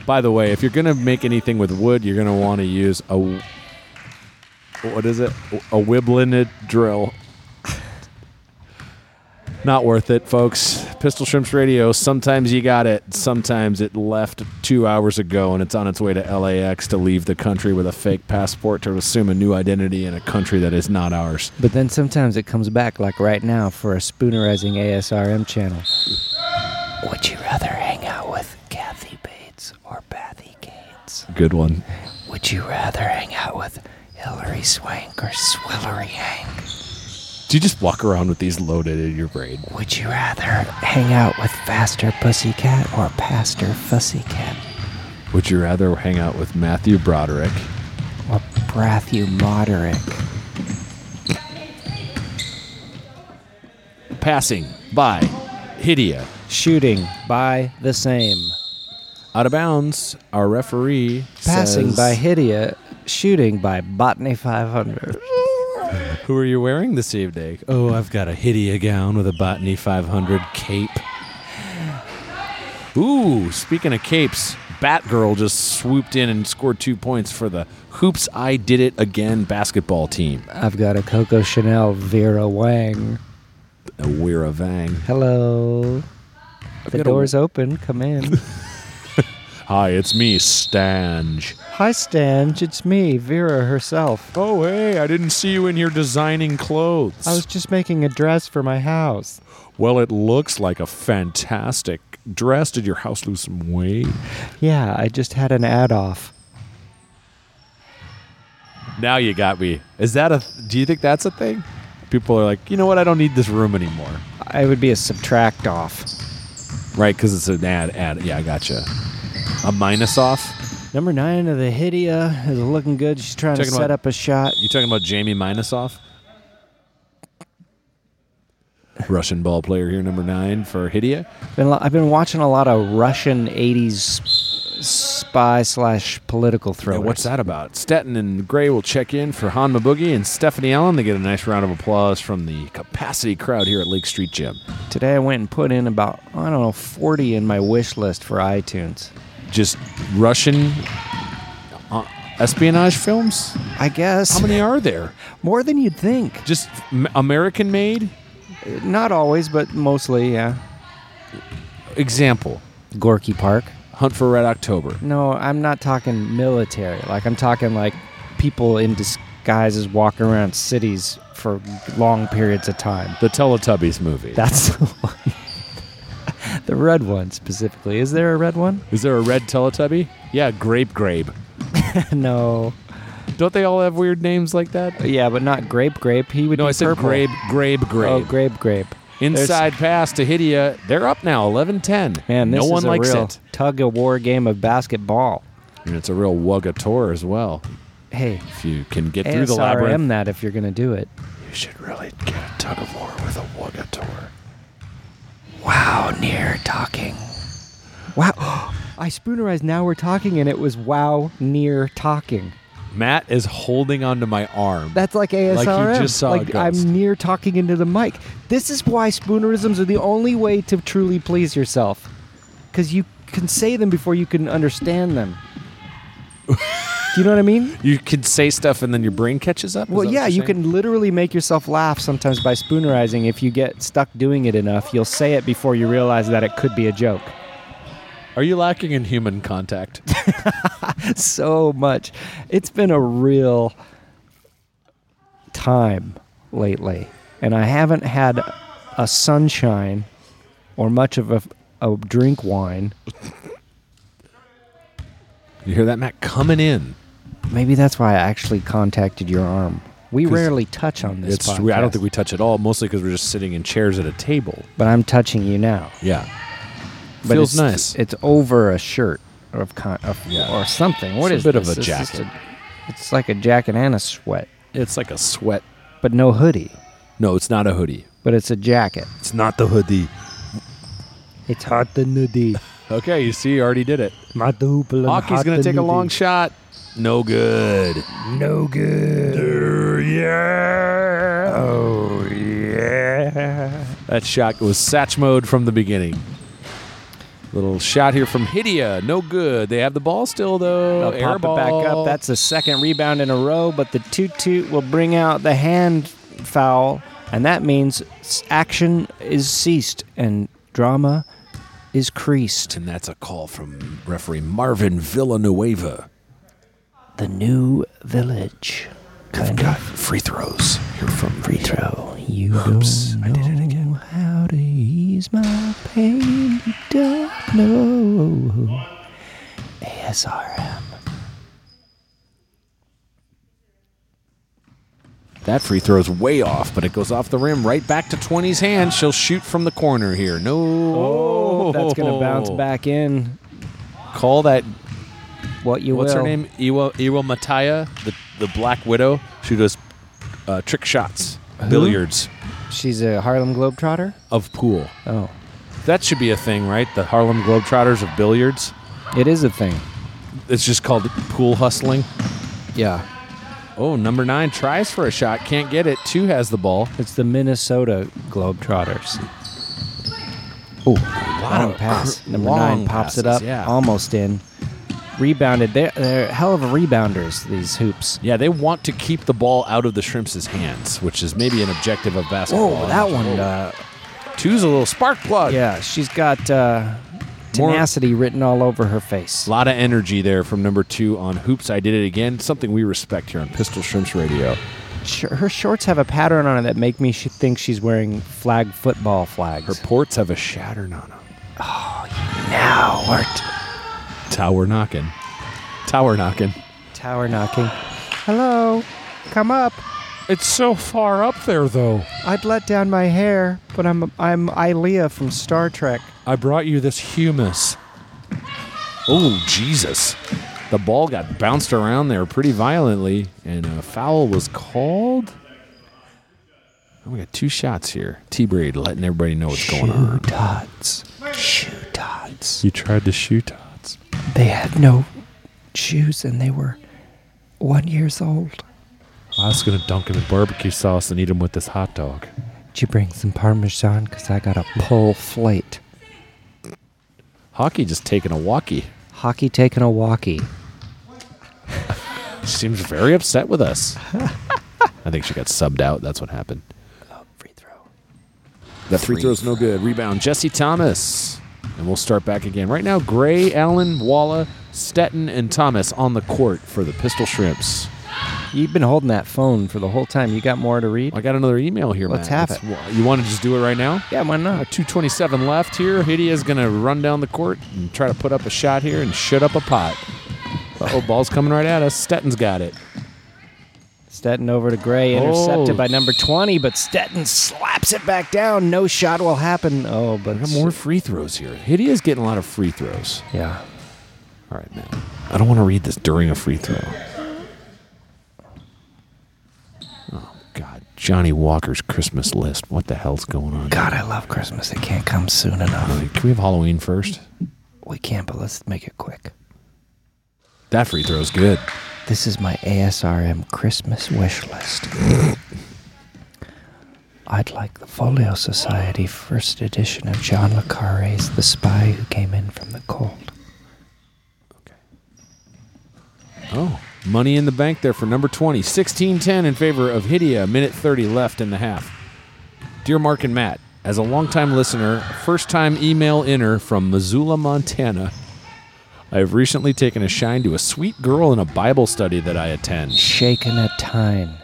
[SPEAKER 2] By the way, if you're gonna make anything with wood, you're gonna want to use a what is it? A wibblinid drill. Not worth it, folks. Pistol Shrimps Radio. Sometimes you got it. Sometimes it left two hours ago, and it's on its way to LAX to leave the country with a fake passport to assume a new identity in a country that is not ours.
[SPEAKER 1] But then sometimes it comes back, like right now, for a spoonerizing ASRM channel. Would you rather hang out with Kathy Bates or Patty Gates?
[SPEAKER 2] Good one.
[SPEAKER 1] Would you rather hang out with Hillary Swank or Swillery Hank?
[SPEAKER 2] Do you just walk around with these loaded in your brain?
[SPEAKER 1] Would you rather hang out with Faster Pussycat or Pastor Fussycat?
[SPEAKER 2] Would you rather hang out with Matthew Broderick?
[SPEAKER 1] or Brathu Moderick.
[SPEAKER 2] Passing by Hidea.
[SPEAKER 1] Shooting by the same.
[SPEAKER 2] out of bounds. Our referee
[SPEAKER 1] Passing
[SPEAKER 2] says-
[SPEAKER 1] by Hidea, shooting by Botany 500.
[SPEAKER 2] Who are you wearing this evening? Oh, I've got a Hidea gown with a Botany 500 cape. Ooh, speaking of capes, Batgirl just swooped in and scored two points for the Hoops I Did It Again basketball team.
[SPEAKER 1] I've got a Coco Chanel Vera Wang.
[SPEAKER 2] Weira Vang.
[SPEAKER 1] Hello. The
[SPEAKER 2] got a-
[SPEAKER 1] door's open. Come in.
[SPEAKER 2] Hi, it's me, Stange.
[SPEAKER 1] Hi, Stange. It's me, Vera herself.
[SPEAKER 2] Oh, hey, I didn't see you in here designing clothes.
[SPEAKER 1] I was just making a dress for my house.
[SPEAKER 2] Well, it looks like a fantastic dress. Did your house lose some weight?
[SPEAKER 1] Yeah, I just had an ad off.
[SPEAKER 2] Now you got me. Is that a? Do you think that's a thing? People are like, you know what? I don't need this room anymore.
[SPEAKER 1] I would be a subtract off.
[SPEAKER 2] Right? Because it's an ad. Ad. Yeah, I gotcha. A minus off.
[SPEAKER 1] Number nine of the Hidia is looking good. She's trying
[SPEAKER 2] Checking
[SPEAKER 1] to set
[SPEAKER 2] what?
[SPEAKER 1] up a shot.
[SPEAKER 2] You talking about Jamie Minusoff? Russian ball player here, number nine for Hidia.
[SPEAKER 1] Been, lo- I've been watching a lot of Russian 80s spy slash political
[SPEAKER 2] Yeah,
[SPEAKER 1] thrillers.
[SPEAKER 2] what's that about? Stetton and Gray will check in for Hanma Boogie and Stephanie Allen. They get a nice round of applause from the capacity crowd here at Lake Street Gym.
[SPEAKER 1] Today I went and put in about, I don't know, 40 in my wish list for iTunes.
[SPEAKER 2] Just Russian uh, espionage films?
[SPEAKER 1] I guess
[SPEAKER 2] How many are there?
[SPEAKER 1] more than you'd think.
[SPEAKER 2] Just m- American made?
[SPEAKER 1] Not always, but mostly, yeah.
[SPEAKER 2] Example
[SPEAKER 1] Gorky Park.
[SPEAKER 2] Hunt for Red October.
[SPEAKER 1] No, I'm not talking military. Like, I'm talking like people in disguises walking around cities for long periods of time.
[SPEAKER 2] The Teletubbies movie. Is
[SPEAKER 1] That's the one. the red one specifically. Is there a red one?
[SPEAKER 2] there a red Teletubby? Yeah, Grape Grape.
[SPEAKER 1] no.
[SPEAKER 2] Don't they all have weird names like that?
[SPEAKER 1] Yeah, but not grape grape. He would
[SPEAKER 2] No,
[SPEAKER 1] do
[SPEAKER 2] I said
[SPEAKER 1] purple.
[SPEAKER 2] Grape Grape Grape.
[SPEAKER 1] Oh, grape grape.
[SPEAKER 2] Inside pass to Hidia. They're up now, 11-10.
[SPEAKER 1] Man, this
[SPEAKER 2] no
[SPEAKER 1] is
[SPEAKER 2] one
[SPEAKER 1] a
[SPEAKER 2] likes
[SPEAKER 1] real
[SPEAKER 2] it.
[SPEAKER 1] tug of war game of basketball.
[SPEAKER 2] And it's a real wugga tour as well.
[SPEAKER 1] Hey,
[SPEAKER 2] If you can get through the
[SPEAKER 1] ASRM
[SPEAKER 2] labyrinth.
[SPEAKER 1] that if you're gonna do it.
[SPEAKER 3] You should really get a tug of war with a Wugator.
[SPEAKER 1] Wow, near talking. Wow. I spoonerized now we're talking and it was wow near talking.
[SPEAKER 2] Matt is holding onto my arm.
[SPEAKER 1] That's like ASRM.
[SPEAKER 2] Like you just saw a
[SPEAKER 1] Like, I'm
[SPEAKER 2] ghost.
[SPEAKER 1] near talking into the mic. This is why spoonerisms are the only way to truly please yourself. Cuz you can say them before you can understand them. Do you know what I mean?
[SPEAKER 2] you can say stuff and then your brain catches up? Is
[SPEAKER 1] Well,
[SPEAKER 2] that what
[SPEAKER 1] yeah,
[SPEAKER 2] you're
[SPEAKER 1] you
[SPEAKER 2] saying?
[SPEAKER 1] can literally make yourself laugh sometimes by spoonerizing. If you get stuck doing it enough, you'll say it before you realize that it could be a joke.
[SPEAKER 2] Are you lacking in human contact?
[SPEAKER 1] So much. It's been a real time lately, and I haven't had a sunshine or much of a, a drink wine.
[SPEAKER 2] you hear that, Matt? Coming in.
[SPEAKER 1] Maybe that's why I actually contacted your arm. We
[SPEAKER 2] 'Cause
[SPEAKER 1] rarely touch on this
[SPEAKER 2] It's, we- I don't
[SPEAKER 1] podcast,
[SPEAKER 2] think we touch at all, mostly because we're just sitting in chairs at a table.
[SPEAKER 1] but I'm touching you now.
[SPEAKER 2] Yeah.
[SPEAKER 1] But
[SPEAKER 2] Feels
[SPEAKER 1] it's,
[SPEAKER 2] nice.
[SPEAKER 1] It's over a shirt or of, con- of
[SPEAKER 2] Yeah.
[SPEAKER 1] or something. What
[SPEAKER 2] It's
[SPEAKER 1] is
[SPEAKER 2] a bit of
[SPEAKER 1] this?
[SPEAKER 2] a
[SPEAKER 1] This is just
[SPEAKER 2] jacket.
[SPEAKER 1] a- it's like a jacket and a sweat,
[SPEAKER 2] It's like a sweat.
[SPEAKER 1] but no hoodie.
[SPEAKER 2] No, it's not a hoodie.
[SPEAKER 1] But it's a jacket.
[SPEAKER 2] It's not the hoodie.
[SPEAKER 1] It's hot the nudie.
[SPEAKER 2] Okay, you see, you already did it. Hockey's
[SPEAKER 1] Hockey's
[SPEAKER 2] going to take a long shot. No good.
[SPEAKER 1] No good. Yeah. Oh yeah.
[SPEAKER 2] That shot was Satch mode from the beginning. Little shot here from Hidia. No good. They have the ball still, though.
[SPEAKER 1] They'll
[SPEAKER 2] Air
[SPEAKER 1] pop it back
[SPEAKER 2] ball.
[SPEAKER 1] up. That's the second rebound in a row, but the toot toot will bring out the hand foul, and that means s- action is ceased and drama is creased.
[SPEAKER 2] And that's a call from referee Marvin Villanueva.
[SPEAKER 1] The new village. Kind
[SPEAKER 3] Got
[SPEAKER 1] of
[SPEAKER 3] free throws here from free
[SPEAKER 1] throw. You don't know how to ease my pain. You don't know. ASRM.
[SPEAKER 2] That free throw's way off, but it goes off the rim right back to 20's hand. She'll shoot from the corner here. No. Oh,
[SPEAKER 1] That's going to bounce back in.
[SPEAKER 2] Call that.
[SPEAKER 1] What you
[SPEAKER 2] What's
[SPEAKER 1] will.
[SPEAKER 2] her name? Iwa, Iwa Mataya, the, the Black Widow. She does uh, trick shots, billiards
[SPEAKER 1] She's a Harlem Globetrotter?
[SPEAKER 2] of pool.
[SPEAKER 1] Oh.
[SPEAKER 2] That should be a thing, right? The Harlem Globetrotters of billiards.
[SPEAKER 1] It is a thing.
[SPEAKER 2] It's just called pool hustling.
[SPEAKER 1] Yeah.
[SPEAKER 2] Oh, number nine tries for a shot, can't get it. Two has the ball.
[SPEAKER 1] It's the Minnesota Globetrotters. Oh, long pass.
[SPEAKER 2] cr-
[SPEAKER 1] Number
[SPEAKER 2] long
[SPEAKER 1] nine pops it
[SPEAKER 2] passes,
[SPEAKER 1] up.
[SPEAKER 2] yeah.
[SPEAKER 1] Almost in. Rebounded. They're, they're hell of a rebounders, these hoops.
[SPEAKER 2] Yeah, they want to keep the ball out of the shrimps' hands, which is maybe an objective of basketball. Oh.
[SPEAKER 1] Whoa, that one.
[SPEAKER 2] Whoa.
[SPEAKER 1] Uh,
[SPEAKER 2] Two's a little spark plug.
[SPEAKER 1] yeah, she's got uh,
[SPEAKER 2] More-
[SPEAKER 1] tenacity written all over her face.
[SPEAKER 2] A lot of energy there from number two on Hoops. I did it again. Something we respect here on Pistol Shrimps Radio.
[SPEAKER 1] Sh- Her shorts have a pattern on it that make me sh- think she's wearing flag football
[SPEAKER 2] Her
[SPEAKER 1] flags.
[SPEAKER 2] ports have a shattern on them.
[SPEAKER 1] now art.
[SPEAKER 2] Tower knocking. Tower knocking.
[SPEAKER 1] Tower knocking. Hello, come up.
[SPEAKER 2] It's so far up there, though.
[SPEAKER 1] I'd let down my hair, but I'm I'm Ilea from Star Trek.
[SPEAKER 2] I brought you this humus. Oh, Jesus. The ball got bounced around there pretty violently, and a foul was called. Oh, we got two shots here. T Braid letting everybody know what's going on.
[SPEAKER 1] Tots. Shoe tots.
[SPEAKER 4] You tried to shoot Tots.
[SPEAKER 1] They had no shoes and they were one years old.
[SPEAKER 4] I was gonna dunk him in barbecue sauce and eat him with this hot dog.
[SPEAKER 1] Did you bring some Parmesan? Because I got a pull plate.
[SPEAKER 2] Hockey just taking a walkie.
[SPEAKER 1] Hockey taking a walkie.
[SPEAKER 2] Seems very upset with us. I think she got subbed out. That's what happened.
[SPEAKER 1] Free throw.
[SPEAKER 2] That free throw's no good. Rebound, Jesse Thomas. And we'll start back again. Right now, Gray, Allen, Walla, Stetton, and Thomas on the court for the Pistol Shrimps.
[SPEAKER 1] You've been holding that phone for the whole time. You got more to read?
[SPEAKER 2] I got another email here,
[SPEAKER 1] Let's
[SPEAKER 2] Matt.
[SPEAKER 1] have
[SPEAKER 2] It's- You want to just do it right now?
[SPEAKER 1] Yeah, why not?
[SPEAKER 2] 227 left here. Hidea's going to run down the court and try to put up a shot here and shut up a pot. Oh, ball's coming right at us. Stetton's got it.
[SPEAKER 1] Stetton over to Gray, intercepted
[SPEAKER 2] Oh.
[SPEAKER 1] by number 20, but Stetton slaps it back down. No shot will happen. Oh, but
[SPEAKER 2] We got more free throws here. Hidea's getting a lot of free throws.
[SPEAKER 1] Yeah.
[SPEAKER 2] All right, Matt. I don't want to read this during a free throw. Oh, God. Johnny Walker's Christmas list. What the hell's going on?
[SPEAKER 1] God, I love Christmas. It can't come soon enough.
[SPEAKER 2] Can we have Halloween first?
[SPEAKER 1] We can't, but let's make it quick.
[SPEAKER 2] That free throw's good.
[SPEAKER 1] This is my ASRM Christmas wish list. I'd like the Folio Society first edition of John Le Carre's The Spy Who Came In From the Cold.
[SPEAKER 2] Oh, money in the bank there for number 20. 16 10 in favor of Hidea. Minute 30 left in the half. Dear Mark and Matt, as a longtime listener, first time email inner from Missoula, Montana, I have recently taken a shine to a sweet girl in a Bible study that I attend.
[SPEAKER 1] Shaken at time.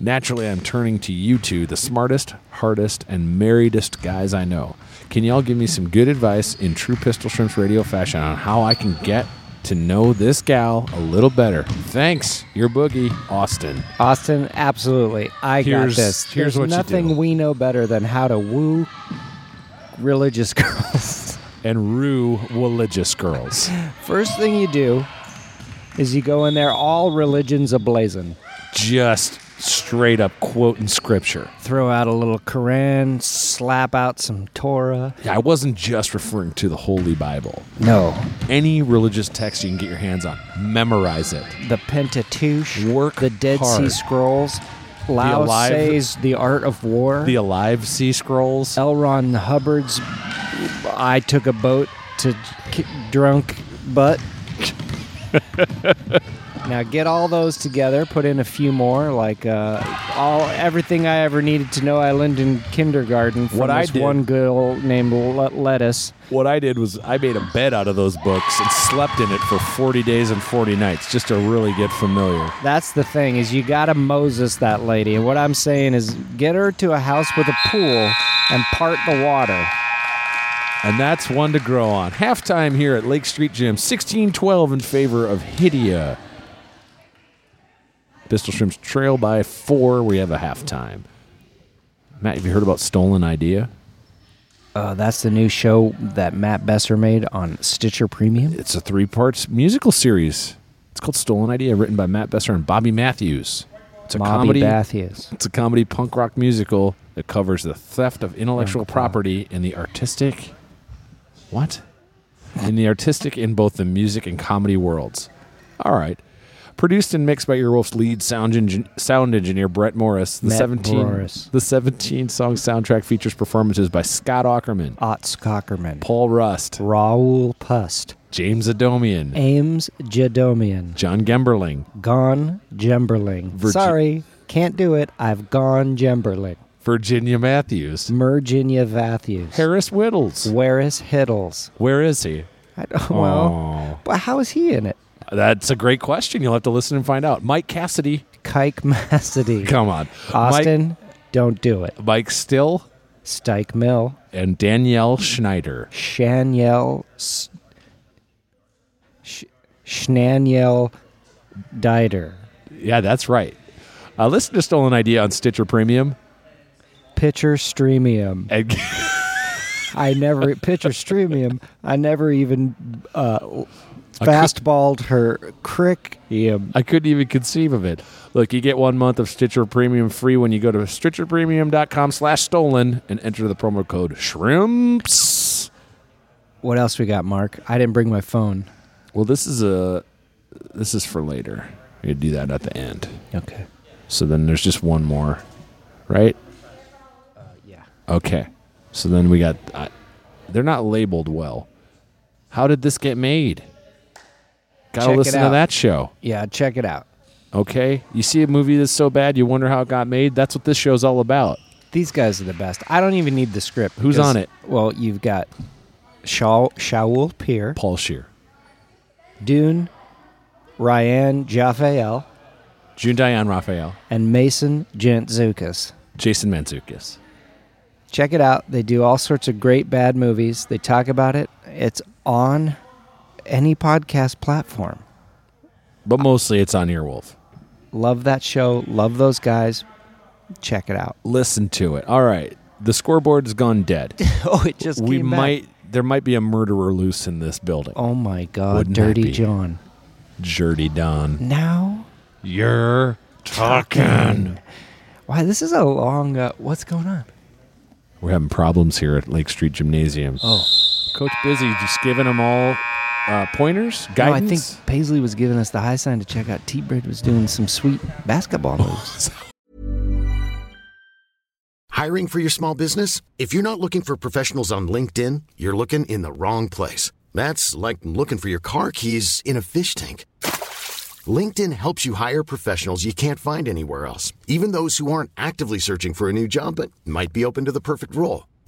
[SPEAKER 2] Naturally, I'm turning to you two, the smartest, hardest, and merriest guys I know. Can y'all give me some good advice in true Pistol Shrimps radio fashion on how I can get to know this gal a little better? Thanks, your boogie, Austin.
[SPEAKER 1] Austin, absolutely. I
[SPEAKER 2] Here's-
[SPEAKER 1] got this.
[SPEAKER 2] here's
[SPEAKER 1] There's
[SPEAKER 2] what you
[SPEAKER 1] nothing
[SPEAKER 2] do.
[SPEAKER 1] we know better than how to woo religious girls.
[SPEAKER 2] And Rue, religious girls.
[SPEAKER 1] First thing you do is you go in there all religions ablazing.
[SPEAKER 2] Just straight up quoting scripture.
[SPEAKER 1] Throw out a little Koran, slap out some Torah.
[SPEAKER 2] I wasn't just referring to the Holy Bible.
[SPEAKER 1] No,
[SPEAKER 2] Any religious text you can get your hands on, memorize it.
[SPEAKER 1] the Pentateuch,
[SPEAKER 2] Work
[SPEAKER 1] the Dead Sea
[SPEAKER 2] hard.
[SPEAKER 1] Scrolls, Lao
[SPEAKER 2] alive-
[SPEAKER 1] Tse's The Art of War,
[SPEAKER 2] The Alive Sea Scrolls.
[SPEAKER 1] L. Ron Hubbard's I Took a Boat to K- Drunk Butt. now get all those together, put in a few more, like uh, all everything I ever needed to know I learned in kindergarten from
[SPEAKER 2] What I
[SPEAKER 1] this
[SPEAKER 2] did-
[SPEAKER 1] one girl named Le- Lettuce.
[SPEAKER 2] What I did was I made a bed out of those books and slept in it for 40 days and 40 nights just to really get familiar.
[SPEAKER 1] That's the thing is you gotta Moses that lady. And what I'm saying is get her to a house with a pool and part the water.
[SPEAKER 2] And that's one to grow on. Halftime here at Lake Street Gym, 16-12 in favor of Hidea. Pistol Shrimps trail by four. We have a halftime. Matt, have you heard about Stolen Idea?
[SPEAKER 1] Uh, that's the new show that Matt Besser made on Stitcher Premium.
[SPEAKER 2] It's a three-part musical series. It's called Stolen Idea, written by Matt Besser and Bobby Matthews. It's a
[SPEAKER 1] Bobby
[SPEAKER 2] comedy.
[SPEAKER 1] Matthews.
[SPEAKER 2] It's a comedy punk rock musical that covers the theft of
[SPEAKER 1] Oh,
[SPEAKER 2] intellectual property in the artistic. What? In the artistic in both the music and comedy worlds. All right. Produced and mixed by Earwolf's lead sound, engin- sound engineer Brett Morris. The
[SPEAKER 1] Matt
[SPEAKER 2] 17
[SPEAKER 1] Morris.
[SPEAKER 2] the 17 song soundtrack features performances by Scott Ackerman,
[SPEAKER 1] Otz Cockerman,
[SPEAKER 2] Paul Rust,
[SPEAKER 1] Raoul Pust,
[SPEAKER 2] James Adomian,
[SPEAKER 1] Ames Jadomian,
[SPEAKER 2] John Gemberling,
[SPEAKER 1] Gone Jemberling.
[SPEAKER 2] Virgi-
[SPEAKER 1] Sorry, can't do it. I've gone Jemberling.
[SPEAKER 2] Virginia Matthews,
[SPEAKER 1] Virginia Matthews.
[SPEAKER 2] Harris Whittles.
[SPEAKER 1] Where's Hiddles?
[SPEAKER 2] Where is he?
[SPEAKER 1] I don't, well,
[SPEAKER 2] Oh.
[SPEAKER 1] but how is he in it?
[SPEAKER 2] That's a great question. You'll have to listen and find out. Mike Cassidy,
[SPEAKER 1] Kike Massady.
[SPEAKER 2] come on.
[SPEAKER 1] Austin, don't do it.
[SPEAKER 2] Mike, Mike Still
[SPEAKER 1] Stike Mill,
[SPEAKER 2] and Danielle Schneider.
[SPEAKER 1] Shaniel, S- Sh- Schnaniel Dieter.
[SPEAKER 2] Yeah, that's right. Uh, listen to Stolen Idea on Stitcher Premium.
[SPEAKER 1] Pitcher Streamium.
[SPEAKER 2] And
[SPEAKER 1] I never, Pitcher Streamium, I never even uh, fastballed her crick. um,
[SPEAKER 2] I couldn't even conceive of it. Look, you get one month of Stitcher Premium free when you go to stitcherpremium.com slash stolen and enter the promo code shrimps.
[SPEAKER 1] What else we got, Mark? I didn't bring my phone.
[SPEAKER 2] Well, this is a this is for later. You do that at the end.
[SPEAKER 1] Okay.
[SPEAKER 2] So then there's just one more, right?
[SPEAKER 1] Uh, yeah.
[SPEAKER 2] Okay. So then we got I they're not labeled well. How did this get made? Got
[SPEAKER 1] Check
[SPEAKER 2] to
[SPEAKER 1] it
[SPEAKER 2] listen
[SPEAKER 1] out.
[SPEAKER 2] to that show.
[SPEAKER 1] Yeah, check it out.
[SPEAKER 2] Okay? You see a movie that's so bad you wonder how it got made. That's what this show's all about.
[SPEAKER 1] These guys are the best. I don't even need the script.
[SPEAKER 2] Who's
[SPEAKER 1] because-
[SPEAKER 2] on it?
[SPEAKER 1] Well, you've got Shaw, Shaul Peer,
[SPEAKER 2] Paul Shear.
[SPEAKER 1] Dune, Ryan Jaffael,
[SPEAKER 2] June Diane Raphael,
[SPEAKER 1] and Mason Gentzukas.
[SPEAKER 2] Jason Mantzoukas.
[SPEAKER 1] Check it out. They do all sorts of great bad movies. They talk about it. It's on any podcast platform.
[SPEAKER 2] But mostly it's on Earwolf.
[SPEAKER 1] Love that show. Love those guys. Check it out.
[SPEAKER 2] Listen to it. All right. The scoreboard has gone dead.
[SPEAKER 1] Oh, it just
[SPEAKER 2] we
[SPEAKER 1] came back.
[SPEAKER 2] might there might be a murderer loose in this building.
[SPEAKER 1] Oh my God,
[SPEAKER 2] Wouldn't that
[SPEAKER 1] Dirty
[SPEAKER 2] be?
[SPEAKER 1] John.
[SPEAKER 2] Dirty Don.
[SPEAKER 1] Now,
[SPEAKER 2] You're talking.
[SPEAKER 1] why this is a long. Uh, what's going on?
[SPEAKER 2] We're having problems here at Lake Street Gymnasium.
[SPEAKER 1] Oh.
[SPEAKER 2] Coach Busy just giving them all uh, pointers,
[SPEAKER 1] No, I
[SPEAKER 2] guidance.
[SPEAKER 1] think Paisley was giving us the high sign to check out. T Bird was doing some sweet basketball moves.
[SPEAKER 5] Hiring for your small business? If you're not looking for professionals on LinkedIn, you're looking in the wrong place. That's like looking for your car keys in a fish tank. LinkedIn helps you hire professionals you can't find anywhere else, even those who aren't actively searching for a new job but might be open to the perfect role.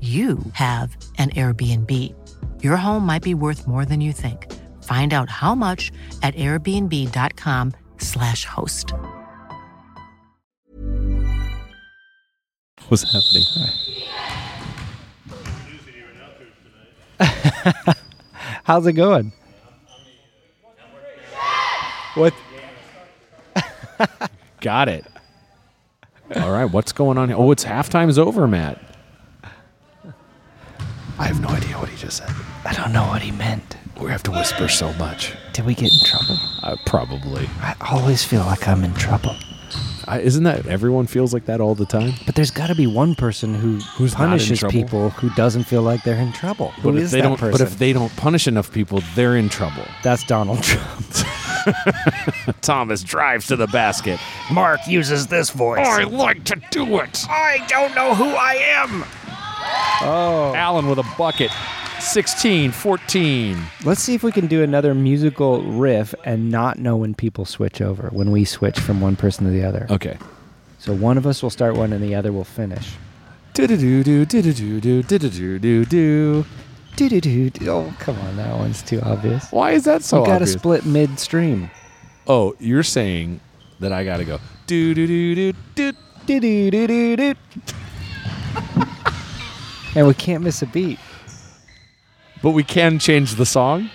[SPEAKER 6] you have an Airbnb. Your home might be worth more than you think. Find out how much at airbnb.com/slash host.
[SPEAKER 4] What's happening?
[SPEAKER 1] How's it going? What?
[SPEAKER 2] Got it. All right, what's going on here? Oh, it's halftime's over, Matt.
[SPEAKER 3] I have no idea what he just said.
[SPEAKER 1] I don't know what he meant.
[SPEAKER 3] We have to whisper so much.
[SPEAKER 1] Did we get in trouble?
[SPEAKER 2] Uh, probably.
[SPEAKER 1] I always feel like I'm in trouble.
[SPEAKER 2] I, isn't that everyone feels like that all the time?
[SPEAKER 1] But there's got to be one person who
[SPEAKER 2] Who's not in
[SPEAKER 1] punishes
[SPEAKER 2] trouble.
[SPEAKER 1] people who doesn't feel like they're in trouble. Who
[SPEAKER 2] but
[SPEAKER 1] is
[SPEAKER 2] if they
[SPEAKER 1] that
[SPEAKER 2] don't,
[SPEAKER 1] person?
[SPEAKER 2] but if they don't punish enough people, they're in trouble.
[SPEAKER 1] That's Donald Trump.
[SPEAKER 2] Thomas drives to the basket. Oh,
[SPEAKER 1] Mark uses this voice.
[SPEAKER 2] I like to do it. I don't know who I am. Oh. Allen with a bucket. 16, 14.
[SPEAKER 1] Let's see if we can do another musical riff and not know when people switch over, when we switch from one person to the other.
[SPEAKER 2] Okay.
[SPEAKER 1] So one of us will start one and the other will finish.
[SPEAKER 2] Do do do do do do do do do do do.
[SPEAKER 1] Do do do. do. Oh, come on, that one's too obvious.
[SPEAKER 2] Why is that so
[SPEAKER 1] we gotta
[SPEAKER 2] obvious?
[SPEAKER 1] split midstream.
[SPEAKER 2] oh, you're saying that I gotta go. Do do do do do.
[SPEAKER 1] Do do do do do. and we can't miss a beat.
[SPEAKER 2] But we can change the song.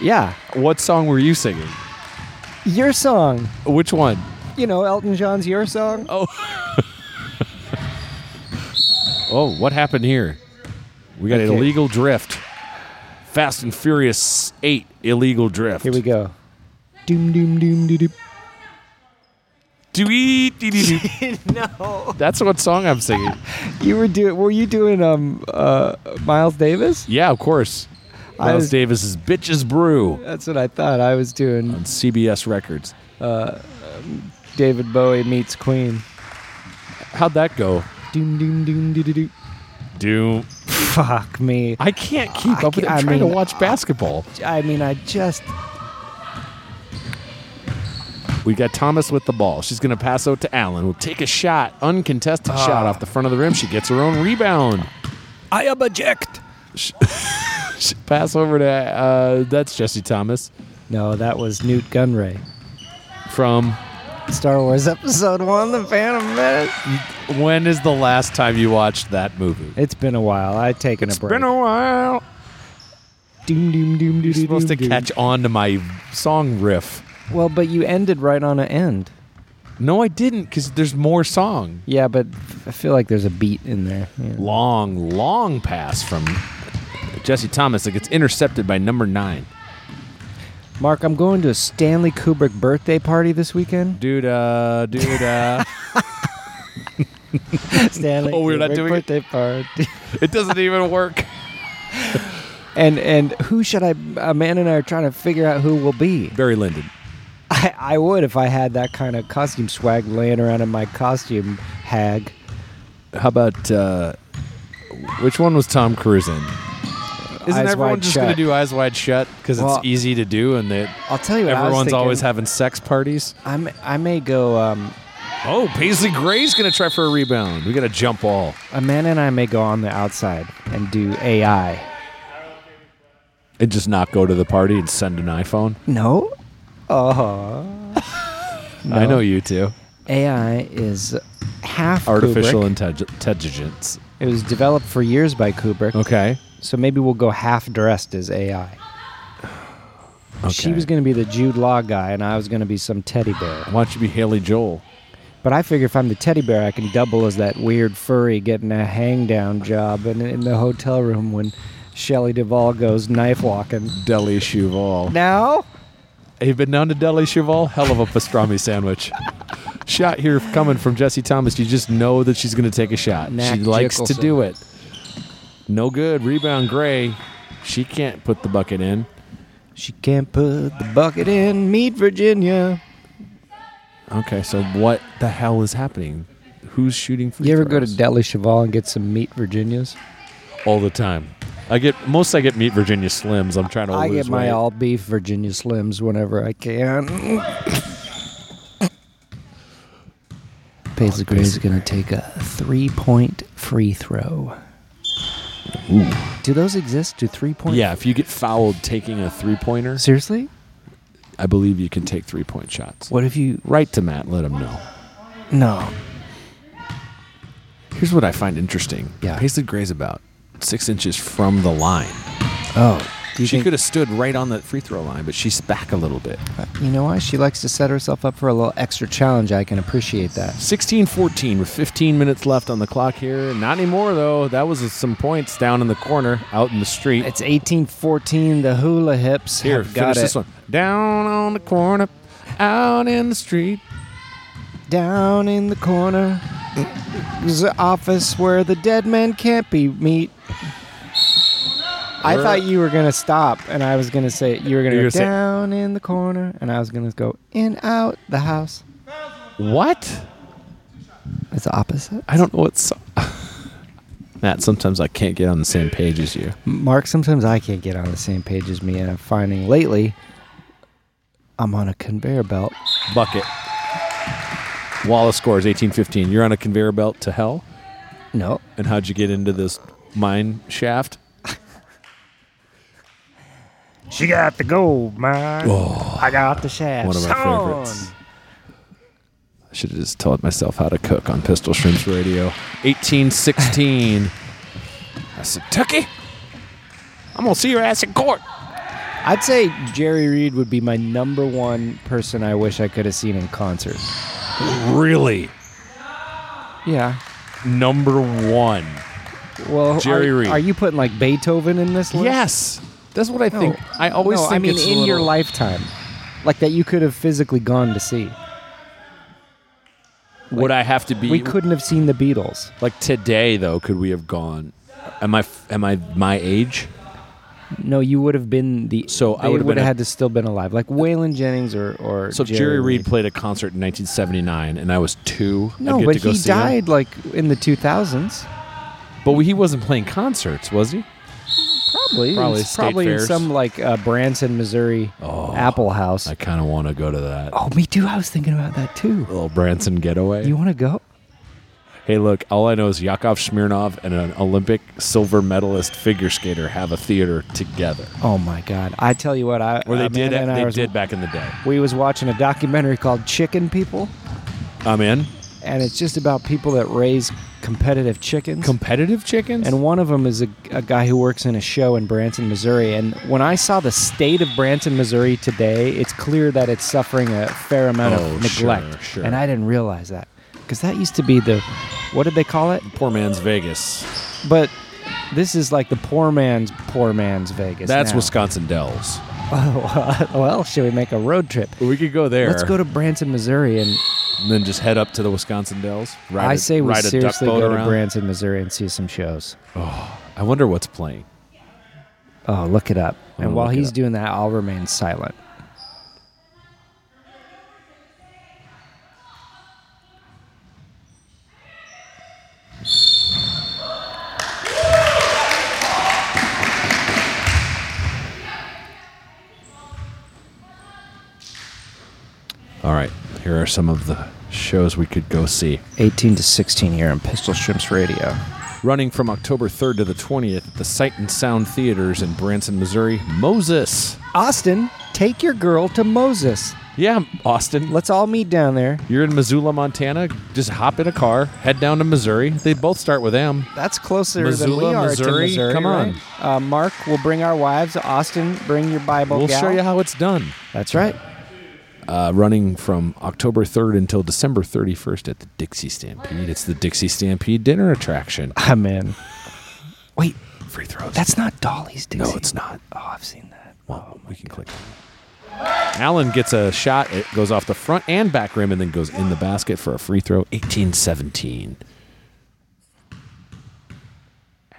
[SPEAKER 1] Yeah,
[SPEAKER 2] What song were you singing?
[SPEAKER 1] your song.
[SPEAKER 2] Which one?
[SPEAKER 1] You know, Elton John's "Your Song."
[SPEAKER 2] Oh, what happened here? We got
[SPEAKER 1] Okay.
[SPEAKER 2] illegal drift. Fast and Furious 8 illegal drift.
[SPEAKER 1] Here we go. Doom doom doom doo doo.
[SPEAKER 2] Do we? no. That's what song I'm singing.
[SPEAKER 1] You were doing? Were you doing um uh Miles Davis?
[SPEAKER 2] Yeah, of course.
[SPEAKER 1] I
[SPEAKER 2] Miles
[SPEAKER 1] was-
[SPEAKER 2] Davis's Bitches Brew
[SPEAKER 1] That's what I thought. I was doing
[SPEAKER 2] on CBS Records.
[SPEAKER 1] David Bowie meets Queen.
[SPEAKER 2] How'd that go?
[SPEAKER 1] Doom doom doom doo doo doo.
[SPEAKER 2] Do
[SPEAKER 1] Fuck me.
[SPEAKER 2] I can't keep
[SPEAKER 1] I
[SPEAKER 2] up with it.
[SPEAKER 1] ca-
[SPEAKER 2] I'm
[SPEAKER 1] I
[SPEAKER 2] trying
[SPEAKER 1] mean,
[SPEAKER 2] to watch basketball.
[SPEAKER 1] I mean, I just.
[SPEAKER 2] We got Thomas with the ball. She's going to pass out to Allen. We'll take a shot, uncontested shot off the front of the rim. She gets her own rebound.
[SPEAKER 1] Ah. I object.
[SPEAKER 2] Pass over to uh, that's Jesse Thomas
[SPEAKER 1] No, that was Newt Gunray.
[SPEAKER 2] from.
[SPEAKER 1] Star Wars Episode One: The Phantom Menace.
[SPEAKER 2] When is the last time you watched that movie?
[SPEAKER 1] It's been a while. I've taken a break.
[SPEAKER 2] while.
[SPEAKER 1] doom, doom, doom,
[SPEAKER 2] You're supposed to
[SPEAKER 1] doom, doom.
[SPEAKER 2] catch on to my song riff.
[SPEAKER 1] Well, but you ended right on an end.
[SPEAKER 2] No, I didn't, because there's more song.
[SPEAKER 1] Yeah, but I feel like there's a beat in there. Yeah.
[SPEAKER 2] Long, long pass from Jesse Thomas that gets intercepted by number nine.
[SPEAKER 1] Mark, I'm going to a Stanley Kubrick birthday party this weekend.
[SPEAKER 2] Dude, uh, dude, uh.
[SPEAKER 1] Stanley
[SPEAKER 2] Oh, we're not
[SPEAKER 1] Kubrick
[SPEAKER 2] doing it?
[SPEAKER 1] birthday party.
[SPEAKER 2] it doesn't even work.
[SPEAKER 1] and and who should I? Uh, man and I are trying to figure out who will be.
[SPEAKER 2] Barry Lyndon.
[SPEAKER 1] I, I would if I had that kind of costume swag laying around in my costume hag.
[SPEAKER 2] How about uh, which one was Tom Cruise in? Isn't
[SPEAKER 1] Eyes
[SPEAKER 2] everyone
[SPEAKER 1] Wide
[SPEAKER 2] just going to
[SPEAKER 1] Shut.
[SPEAKER 2] do eyes wide shut because
[SPEAKER 1] Well,
[SPEAKER 2] it's easy to do and that
[SPEAKER 1] I'll tell you what I was
[SPEAKER 2] everyone's always
[SPEAKER 1] thinking.
[SPEAKER 2] having sex parties?
[SPEAKER 1] I'm, I may go. Um,
[SPEAKER 2] Oh, Paisley Gray's going to try for a rebound. We got a jump ball.
[SPEAKER 1] Amanda and I may go on the outside and do AI.
[SPEAKER 2] And just not go to the party and send an iPhone.
[SPEAKER 1] No. Oh.
[SPEAKER 2] I know you too.
[SPEAKER 1] AI is half
[SPEAKER 2] Artificial
[SPEAKER 1] Kubrick.
[SPEAKER 2] intelli- intelligence.
[SPEAKER 1] It was developed for years by Kubrick.
[SPEAKER 2] Okay.
[SPEAKER 1] So maybe we'll go half dressed as AI. She
[SPEAKER 2] Okay.
[SPEAKER 1] was going to be the Jude Law guy, and I was going to be some teddy bear.
[SPEAKER 2] Why don't you be Haley Joel?
[SPEAKER 1] But I figure if I'm the teddy bear, I can double as that weird furry getting a hang down job in, in the hotel room when Shelley Duvall goes knife walking.
[SPEAKER 2] Deli Cheval.
[SPEAKER 1] Now?
[SPEAKER 2] Have you been down to Deli Cheval? Hell of a pastrami sandwich. Shot here coming from Jesse Thomas. You just know that she's going to take a shot.
[SPEAKER 1] Knack
[SPEAKER 2] she likes to
[SPEAKER 1] Jickelson.
[SPEAKER 2] do it. No good. Rebound Gray. She can't put the bucket in.
[SPEAKER 1] She can't put the bucket in. Meet Virginia.
[SPEAKER 2] Okay, so what the hell is happening? Who's shooting free
[SPEAKER 1] You ever go to
[SPEAKER 2] throws?
[SPEAKER 1] Deli Cheval and get some Meet Virginias?
[SPEAKER 2] all the time? I get most. I get meat Virginia Slims. I'm trying to.
[SPEAKER 1] I
[SPEAKER 2] lose
[SPEAKER 1] get my
[SPEAKER 2] weight.
[SPEAKER 1] all beef Virginia Slims whenever I can. Paisley Gray's going to take a three point free throw. Do those exist? Do three point?
[SPEAKER 2] Yeah, if you get fouled taking a three pointer,
[SPEAKER 1] Seriously?
[SPEAKER 2] I believe you can take three point shots.
[SPEAKER 1] What if you.
[SPEAKER 2] Write to Matt. Let him know.
[SPEAKER 1] No.
[SPEAKER 2] Here's what I find interesting.
[SPEAKER 1] Yeah.
[SPEAKER 2] Paisley Gray's about six inches from the line.
[SPEAKER 1] Oh. Do you
[SPEAKER 2] she
[SPEAKER 1] think-
[SPEAKER 2] could have stood right on the free throw line, but she's back a little bit.
[SPEAKER 1] You know why? She likes to set herself up for a little extra challenge. I can appreciate that.
[SPEAKER 2] 16 14 with 15 minutes left on the clock here. Not anymore, though. That was some points down in the corner out in the street.
[SPEAKER 1] It's 1814. The hula hips
[SPEAKER 2] here,
[SPEAKER 1] have got
[SPEAKER 2] finish
[SPEAKER 1] it.
[SPEAKER 2] this one. Down on the corner, out in the street.
[SPEAKER 1] Down in the corner is an office where the dead men can't be meet. I
[SPEAKER 2] Where-
[SPEAKER 1] thought you were gonna stop, and I was gonna say you were gonna
[SPEAKER 2] You
[SPEAKER 1] go
[SPEAKER 2] were saying-
[SPEAKER 1] down in the corner, and I was gonna go in out the house.
[SPEAKER 2] What?
[SPEAKER 1] It's the opposite.
[SPEAKER 2] I don't know what's. Matt, sometimes I can't get on the same page as you.
[SPEAKER 1] Mark, sometimes I can't get on the same page as me, and I'm finding lately I'm on a conveyor belt.
[SPEAKER 2] Bucket. Wallace scores 18 15. You're on a conveyor belt to hell.
[SPEAKER 1] No,
[SPEAKER 2] And how'd you get into this mine shaft?
[SPEAKER 7] She got the gold mine. I got the shaft.
[SPEAKER 2] Oh, One of my favorites. I should have just taught myself how to cook on Pistol Shrimps Radio. 1816. I said, Tucky, I'm going to see your ass in court.
[SPEAKER 1] I'd say Jerry Reed would be my number one person I wish I could have seen in concert.
[SPEAKER 2] Really?
[SPEAKER 1] Yeah.
[SPEAKER 2] Number one.
[SPEAKER 1] Well,
[SPEAKER 2] Jerry
[SPEAKER 1] are,
[SPEAKER 2] Reed.
[SPEAKER 1] Are you putting like Beethoven in this list?
[SPEAKER 2] Yes. That's what I
[SPEAKER 1] No.
[SPEAKER 2] think. I always
[SPEAKER 1] No,
[SPEAKER 2] think
[SPEAKER 1] I mean,
[SPEAKER 2] it's a
[SPEAKER 1] in your
[SPEAKER 2] little-
[SPEAKER 1] lifetime, like that you could have physically gone to see.
[SPEAKER 2] Would I have to be.
[SPEAKER 1] We couldn't have seen the Beatles.
[SPEAKER 2] Like today, though, could we have gone? Am I, am I my age?
[SPEAKER 1] No, you would have been the.
[SPEAKER 2] So I
[SPEAKER 1] they
[SPEAKER 2] would have
[SPEAKER 1] would
[SPEAKER 2] been
[SPEAKER 1] have
[SPEAKER 2] a-
[SPEAKER 1] had to still been alive, like Waylon Jennings or or.
[SPEAKER 2] So Jerry, Reed played a concert in 1979, and I was two. I'd
[SPEAKER 1] No,
[SPEAKER 2] get
[SPEAKER 1] but
[SPEAKER 2] to go
[SPEAKER 1] he
[SPEAKER 2] see him.
[SPEAKER 1] died like in the 2000s.
[SPEAKER 2] But he wasn't playing concerts, was he?
[SPEAKER 1] Probably,
[SPEAKER 2] Probably
[SPEAKER 1] It's
[SPEAKER 2] state
[SPEAKER 1] probably in
[SPEAKER 2] fairs.
[SPEAKER 1] some like uh, Branson, Missouri
[SPEAKER 2] Oh,
[SPEAKER 1] Apple House.
[SPEAKER 2] I kind of want to go to that
[SPEAKER 1] oh, me too. I was thinking about that too.
[SPEAKER 2] little Branson getaway.
[SPEAKER 1] You want to go?
[SPEAKER 2] hey, look, all I know is Yakov Smirnov and an Olympic silver medalist figure skater have a theater together.
[SPEAKER 1] Oh my God! I tell you what, I
[SPEAKER 2] Or they
[SPEAKER 1] Amanda
[SPEAKER 2] did.
[SPEAKER 1] and I
[SPEAKER 2] They
[SPEAKER 1] was-
[SPEAKER 2] did back in the day.
[SPEAKER 1] We was watching a documentary called Chicken People,
[SPEAKER 2] I'm in.
[SPEAKER 1] and it's just about people that raise competitive chickens.
[SPEAKER 2] Competitive chickens.
[SPEAKER 1] and one of them is a, a guy who works in a show in Branson, Missouri. And when I saw the state of Branson, Missouri today, it's clear that it's suffering a fair amount
[SPEAKER 2] Oh,
[SPEAKER 1] of neglect.
[SPEAKER 2] sure, sure.
[SPEAKER 1] And I didn't realize that because that used to be the what did they call it?
[SPEAKER 2] poor man's Vegas.
[SPEAKER 1] But this is like the poor man's poor man's Vegas.
[SPEAKER 2] That's
[SPEAKER 1] now.
[SPEAKER 2] Wisconsin Dells.
[SPEAKER 1] well, should we make a road trip?
[SPEAKER 2] We could go there.
[SPEAKER 1] Let's go to Branson, Missouri, and
[SPEAKER 2] and then just head up to the Wisconsin Dells. Ride
[SPEAKER 1] I
[SPEAKER 2] a-
[SPEAKER 1] say we
[SPEAKER 2] ride a duck
[SPEAKER 1] seriously
[SPEAKER 2] boat
[SPEAKER 1] go to
[SPEAKER 2] around. Oh,
[SPEAKER 1] Branson, Missouri, and see some shows.
[SPEAKER 2] I wonder what's playing.
[SPEAKER 1] Oh, look it up. And while
[SPEAKER 2] look it
[SPEAKER 1] he's
[SPEAKER 2] up.
[SPEAKER 1] doing that, I'll remain silent.
[SPEAKER 2] All right, here are some of the shows we could go see.
[SPEAKER 1] 18 to 16 year on Pistol Shrimps Radio.
[SPEAKER 2] Running from October 3rd to the 20th at the Sight and Sound Theaters in Branson, Missouri, Moses.
[SPEAKER 1] Austin, take your girl to Moses.
[SPEAKER 2] Yeah, Austin.
[SPEAKER 1] Let's all meet down there.
[SPEAKER 2] You're in Missoula, Montana. Just hop in a car, head down to Missouri. They both start with M.
[SPEAKER 1] That's closer than
[SPEAKER 2] Missoula,
[SPEAKER 1] we are
[SPEAKER 2] Missouri?
[SPEAKER 1] to Missouri.
[SPEAKER 2] Come on.
[SPEAKER 1] right? Uh, Mark, we'll bring our wives. Austin, bring your Bible
[SPEAKER 2] We'll
[SPEAKER 1] gal.
[SPEAKER 2] show you how it's done.
[SPEAKER 1] That's right.
[SPEAKER 2] Uh, running from October 3rd until December 31st at the Dixie Stampede. It's the Dixie Stampede dinner attraction.
[SPEAKER 1] I'm in. Wait,
[SPEAKER 2] Free throws.
[SPEAKER 1] that's not Dolly's Dixie.
[SPEAKER 2] no, it's not.
[SPEAKER 1] Oh, I've seen that.
[SPEAKER 2] Well, we can click. Allen gets a shot. It goes off the front and back rim and then goes in the basket for a free throw. 18 17.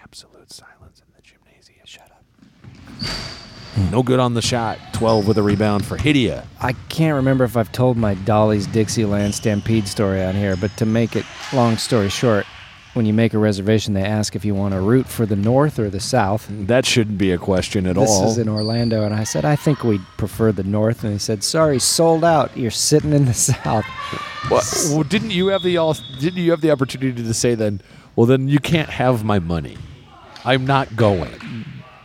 [SPEAKER 2] Absolute silence in the gymnasium. Shut up. No good on the shot. 12 with a rebound for Hidia.
[SPEAKER 1] I can't remember if I've told my Dolly's Dixieland Stampede story on here, but to make it long story short, when you make a reservation, they ask if you want to root for the North or the South.
[SPEAKER 2] That shouldn't be a question at
[SPEAKER 1] This
[SPEAKER 2] all.
[SPEAKER 1] is in Orlando, and I said, I think we prefer the North. And they said, Sorry, sold out. You're sitting in the South.
[SPEAKER 2] What- well, didn't you have the all? Didn't you have the opportunity to say then? Well, then you can't have my money. I'm not going.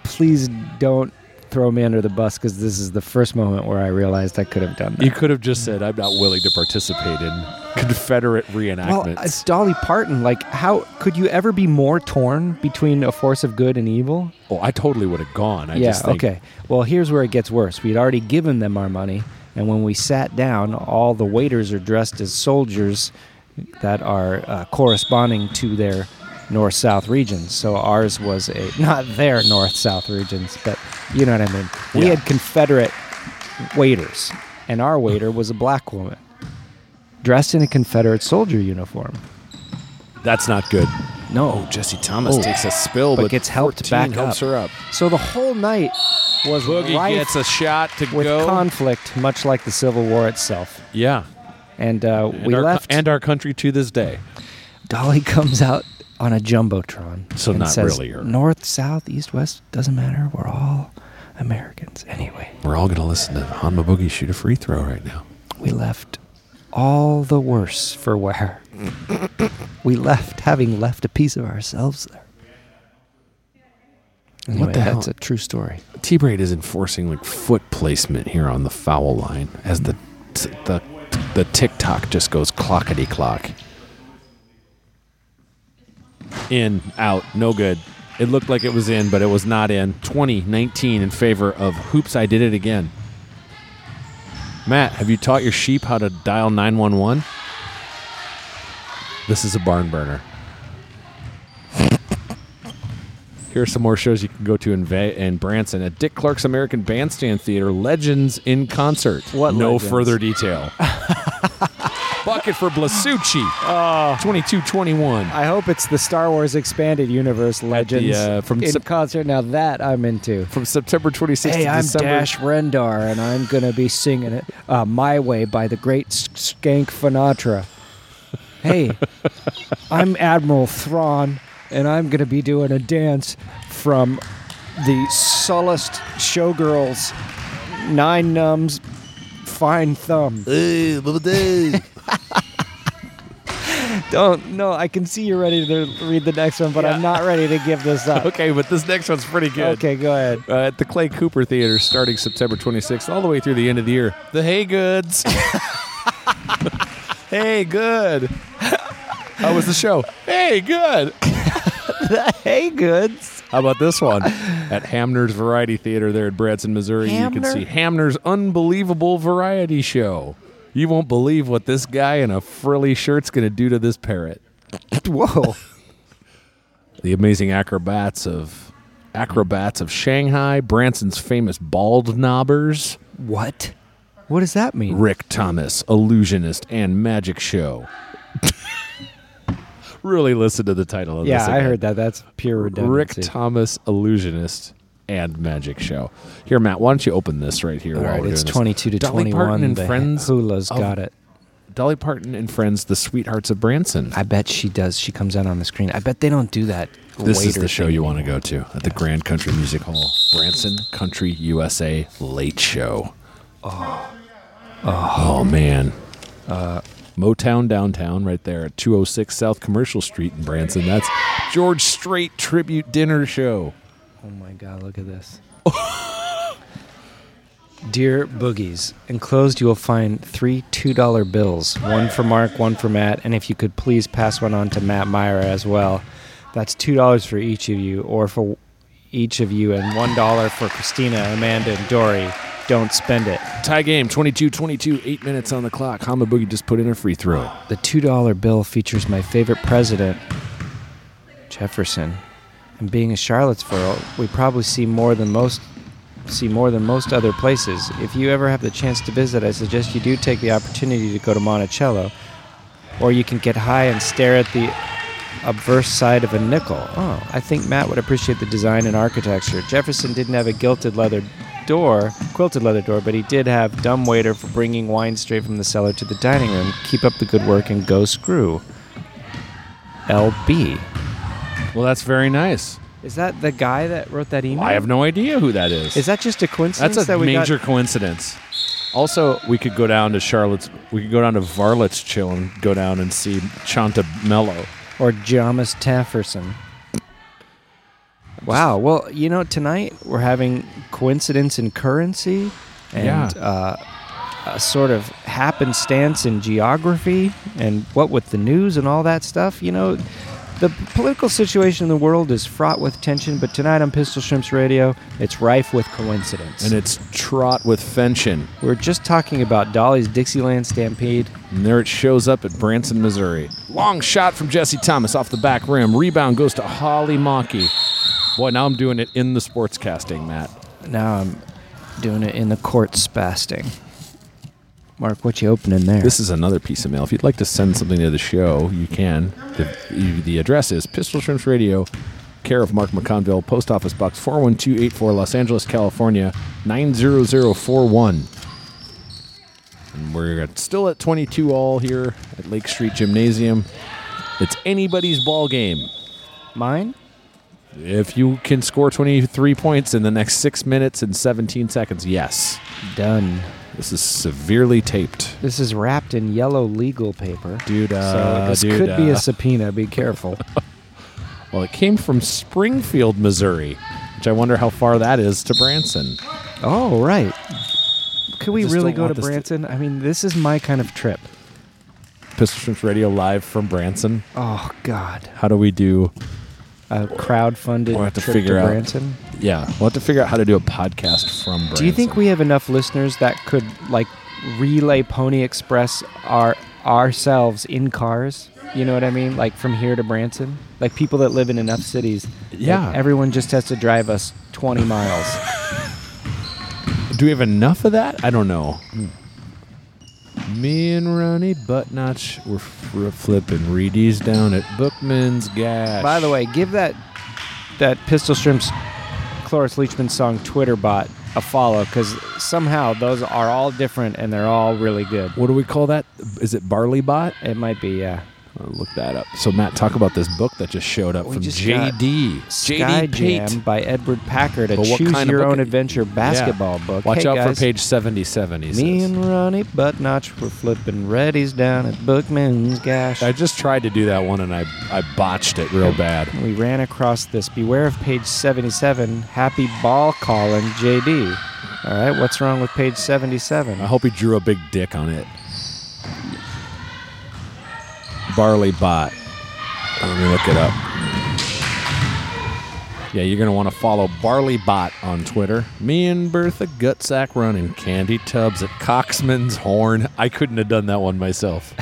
[SPEAKER 1] Please don't throw me under the bus because this is the first moment where I realized I could have done that.
[SPEAKER 2] You could have just said, "I'm not willing to participate in Confederate
[SPEAKER 1] well,
[SPEAKER 2] reenactments."
[SPEAKER 1] it's Dolly Parton. Like, how could you ever be more torn between a force of good and evil?
[SPEAKER 2] oh, I totally would have gone. I
[SPEAKER 1] yeah,
[SPEAKER 2] just think,
[SPEAKER 1] okay. Well, here's where it gets worse. We'd already given them our money, and when we sat down, all the waiters are dressed as soldiers that are uh, corresponding to their north south regions. So ours was a not their north south regions, but you know what I mean. We
[SPEAKER 2] Yeah.
[SPEAKER 1] had Confederate waiters, and our waiter was a black woman dressed in a Confederate soldier uniform.
[SPEAKER 2] that's not good.
[SPEAKER 1] No,
[SPEAKER 2] Oh, Jesse Thomas
[SPEAKER 1] Oh.
[SPEAKER 2] takes a spill,
[SPEAKER 1] but
[SPEAKER 2] but,
[SPEAKER 1] gets helped back
[SPEAKER 2] 14 helps
[SPEAKER 1] up.
[SPEAKER 2] her up.
[SPEAKER 1] So the whole night was
[SPEAKER 2] Boogie
[SPEAKER 1] rife
[SPEAKER 2] gets a shot to
[SPEAKER 1] with
[SPEAKER 2] go.
[SPEAKER 1] conflict, much like the Civil War itself.
[SPEAKER 2] yeah,
[SPEAKER 1] And uh,
[SPEAKER 2] And
[SPEAKER 1] we
[SPEAKER 2] our co-
[SPEAKER 1] left,
[SPEAKER 2] and our country to this day.
[SPEAKER 1] Dolly comes out on a jumbotron.
[SPEAKER 2] So
[SPEAKER 1] and
[SPEAKER 2] not
[SPEAKER 1] says,
[SPEAKER 2] really her.
[SPEAKER 1] North, south, east, west doesn't matter. We're all Americans anyway.
[SPEAKER 2] We're all gonna listen to Hanma Boogie shoot a free throw right now.
[SPEAKER 1] We left all the worse for wear. we left having left a piece of ourselves there. Anyway,
[SPEAKER 2] the hell?
[SPEAKER 1] that's a true story.
[SPEAKER 2] T Braid is enforcing like foot placement here on the foul line as the t- the the TikTok just goes clockety clock. In, out, no good. It looked like it was in, but it was not in. 20, 19 in favor of Hoops, I did it again. Matt, have you taught your sheep how to dial 911? This is a barn burner. Here are some more shows you can go to in, Va- in Branson at Dick Clark's American Bandstand Theater, Legends in Concert.
[SPEAKER 1] What
[SPEAKER 2] No
[SPEAKER 1] legends?
[SPEAKER 2] further detail. Bucket for Blasucci.
[SPEAKER 1] Oh.
[SPEAKER 2] Twenty-two, twenty-one.
[SPEAKER 1] I hope it's the Star Wars Expanded Universe Legends
[SPEAKER 2] uh, from
[SPEAKER 1] in
[SPEAKER 2] Sep-
[SPEAKER 1] concert. Now that I'm into.
[SPEAKER 2] From September 26th
[SPEAKER 1] Hey,
[SPEAKER 2] to
[SPEAKER 1] I'm
[SPEAKER 2] December.
[SPEAKER 1] Dash Rendar, and I'm gonna be singing it uh, "My Way" by the great S- Skank Finatra. Hey, I'm Admiral Thrawn, and I'm gonna be doing a dance from the Sullust Showgirls nine numbs, fine thumb.
[SPEAKER 3] Hey, Bubba Dave.
[SPEAKER 1] Don't Oh, no, I can see you're ready to read the next one, but I'm not ready to give this up.
[SPEAKER 2] Okay, but this next one's pretty good.
[SPEAKER 1] Okay, go ahead.
[SPEAKER 2] Uh, at the Clay Cooper Theater starting September 26th, all the way through the end of the year. The Hey Goods. hey, good. How was the show? Hey, good.
[SPEAKER 1] Hey, goods.
[SPEAKER 2] How about this one? At Hamner's Variety Theater there at Branson, Missouri, you
[SPEAKER 1] Hamner?
[SPEAKER 2] can see Hamner's unbelievable variety show. You won't believe what this guy in a frilly shirt's going to do to this parrot.
[SPEAKER 1] Whoa.
[SPEAKER 2] the amazing acrobats of acrobats of Shanghai, Branson's famous bald knobbers,
[SPEAKER 1] What? What does that mean?
[SPEAKER 2] Rick Thomas, illusionist and magic show. really listen to the title of this.
[SPEAKER 1] yeah, I
[SPEAKER 2] again.
[SPEAKER 1] heard that. That's pure
[SPEAKER 2] Rick
[SPEAKER 1] redundancy.
[SPEAKER 2] Thomas, illusionist and magic show. Here, Matt, why don't you open this right here?
[SPEAKER 1] All
[SPEAKER 2] while
[SPEAKER 1] right,
[SPEAKER 2] we're
[SPEAKER 1] it's
[SPEAKER 2] doing this.
[SPEAKER 1] 22 to
[SPEAKER 2] Dolly
[SPEAKER 1] 21.
[SPEAKER 2] Parton and
[SPEAKER 1] The
[SPEAKER 2] friends.
[SPEAKER 1] Hula's
[SPEAKER 2] of-
[SPEAKER 1] got it.
[SPEAKER 2] Dolly Parton and friends, the sweethearts of Branson.
[SPEAKER 1] I bet she does. She comes out on the screen. I bet they don't do that.
[SPEAKER 2] This is
[SPEAKER 1] waiter
[SPEAKER 2] the show
[SPEAKER 1] thing.
[SPEAKER 2] you want to go to at the Grand Country Music Hall, Branson Country USA Late Show. Oh, oh man. Motown Downtown, right there at 206 South Commercial Street in Branson. That's George Strait Tribute Dinner Show.
[SPEAKER 1] Oh my God! Look at this. Dear Boogies, enclosed you will find three $2 bills, one for Mark, one for Matt, and if you could please pass one on to Matt Meyer as well. That's $2 for each of you, or for each of you, and $1 for Christina, Amanda, and Dory. Don't spend it.
[SPEAKER 2] Tie game 22 22, eight minutes on the clock. Hama Boogie just put in a free throw.
[SPEAKER 1] The $2 bill features my favorite president, Jefferson. And being a Charlottesville, we probably see more than most see more than most other places. If you ever have the chance to visit, I suggest you do take the opportunity to go to Monticello, or you can get high and stare at the obverse side of a nickel. Oh, I think Matt would appreciate the design and architecture. Jefferson didn't have a gilted leather door, quilted leather door, but he did have dumb waiter for bringing wine straight from the cellar to the dining room. Keep up the good work and go screw. LB.
[SPEAKER 2] Well, that's very nice.
[SPEAKER 1] Is that the guy that wrote that email?
[SPEAKER 2] I have no idea who that is.
[SPEAKER 1] Is that just a coincidence
[SPEAKER 2] That's a
[SPEAKER 1] that we
[SPEAKER 2] major
[SPEAKER 1] got?
[SPEAKER 2] coincidence. Also, we could go down to Charlotte's. We could go down to Varlet's Chill and go down and see Chanta Mello.
[SPEAKER 1] Or Jamis Tafferson. Wow. Well, you know, tonight we're having coincidence in currency and
[SPEAKER 2] Yeah.
[SPEAKER 1] uh, a sort of happenstance in geography and what with the news and all that stuff. You know, the political situation in the world is fraught with tension, but tonight on Pistol Shrimps Radio, it's rife with coincidence.
[SPEAKER 2] And it's Trot with Fenchin.
[SPEAKER 1] we're just talking about Dolly's Dixieland Stampede.
[SPEAKER 2] And there it shows up at Branson, Missouri. Long shot from Jesse Thomas off the back rim. Rebound goes to Holly Mocky. Boy, now I'm doing it in the sportscasting, Matt.
[SPEAKER 1] Now I'm doing it in the court spasting. Mark, what you opening there?
[SPEAKER 2] This is another piece of mail. If you'd like to send something to the show, you can. The, you- the address is Pistol Shrimps Radio, care of Mark McConville, Post Office Box 41284, Los Angeles, California, 90041. And we're at, still at 22 all here at Lake Street Gymnasium. It's anybody's ball game.
[SPEAKER 1] mine?
[SPEAKER 2] If you can score 23 points in the next 6 minutes and 17 seconds, yes.
[SPEAKER 1] Done.
[SPEAKER 2] This is severely taped.
[SPEAKER 1] This is wrapped in yellow legal paper.
[SPEAKER 2] Dude, uh,
[SPEAKER 1] so this
[SPEAKER 2] dude,
[SPEAKER 1] could be a
[SPEAKER 2] uh.
[SPEAKER 1] subpoena. Be careful.
[SPEAKER 2] Well, it came from Springfield, Missouri, which I wonder how far that is to Branson.
[SPEAKER 1] oh, right. Could we
[SPEAKER 2] just
[SPEAKER 1] really
[SPEAKER 2] don't
[SPEAKER 1] go
[SPEAKER 2] want
[SPEAKER 1] to
[SPEAKER 2] this to-
[SPEAKER 1] Branson? I mean, this is my kind of trip.
[SPEAKER 2] Pistol Shrimps Radio live from Branson.
[SPEAKER 1] Oh God,
[SPEAKER 2] How do we do?
[SPEAKER 1] a crowdfunded
[SPEAKER 2] We'll have to
[SPEAKER 1] trip
[SPEAKER 2] figure
[SPEAKER 1] to
[SPEAKER 2] out.
[SPEAKER 1] Branson.
[SPEAKER 2] Yeah, we'll have to figure out how to do a podcast from Branson.
[SPEAKER 1] Do you think we have enough listeners that could like relay Pony Express our ourselves in cars? You know what I mean? Like from here to Branson, like people that live in enough cities. that
[SPEAKER 2] Yeah.
[SPEAKER 1] everyone just has to drive us 20 miles.
[SPEAKER 2] do we have enough of that? I don't know. Hmm. Me and Ronnie Buttnotch were fr- flipping reedies down at Bookman's Gas.
[SPEAKER 1] By the way, give that that Pistol Shrimps Cloris Leachman song Twitter bot a follow because somehow those are all different and they're all really good.
[SPEAKER 2] what do we call that? Is it Barley Bot?
[SPEAKER 1] It might be, uh, yeah.
[SPEAKER 2] I'll look that up. So Matt, talk about this book that just showed up
[SPEAKER 1] We
[SPEAKER 2] from
[SPEAKER 1] just
[SPEAKER 2] JD.
[SPEAKER 1] Sky
[SPEAKER 2] JD
[SPEAKER 1] Jam
[SPEAKER 2] Pate.
[SPEAKER 1] by Edward Packard, a
[SPEAKER 2] But what
[SPEAKER 1] choose
[SPEAKER 2] kind of
[SPEAKER 1] your
[SPEAKER 2] book
[SPEAKER 1] own
[SPEAKER 2] it-
[SPEAKER 1] adventure basketball book.
[SPEAKER 2] Watch
[SPEAKER 1] Hey,
[SPEAKER 2] out
[SPEAKER 1] guys,
[SPEAKER 2] for page seventy-seven. He
[SPEAKER 1] Me
[SPEAKER 2] says.
[SPEAKER 1] and Ronnie Buttnotch were flipping Reddies down at Bookman's. Gosh.
[SPEAKER 2] I just tried to do that one and I I botched it real bad.
[SPEAKER 1] we ran across this. Beware of page 77. Happy ball calling JD. All right, what's wrong with page 77?
[SPEAKER 2] I hope he drew a big dick on it. Barley bot. Let me look it up. Yeah, you're gonna want to follow Barley Bot on Twitter. Me and Bertha Gutsack running candy tubs at Coxman's Horn. I couldn't have done that one myself.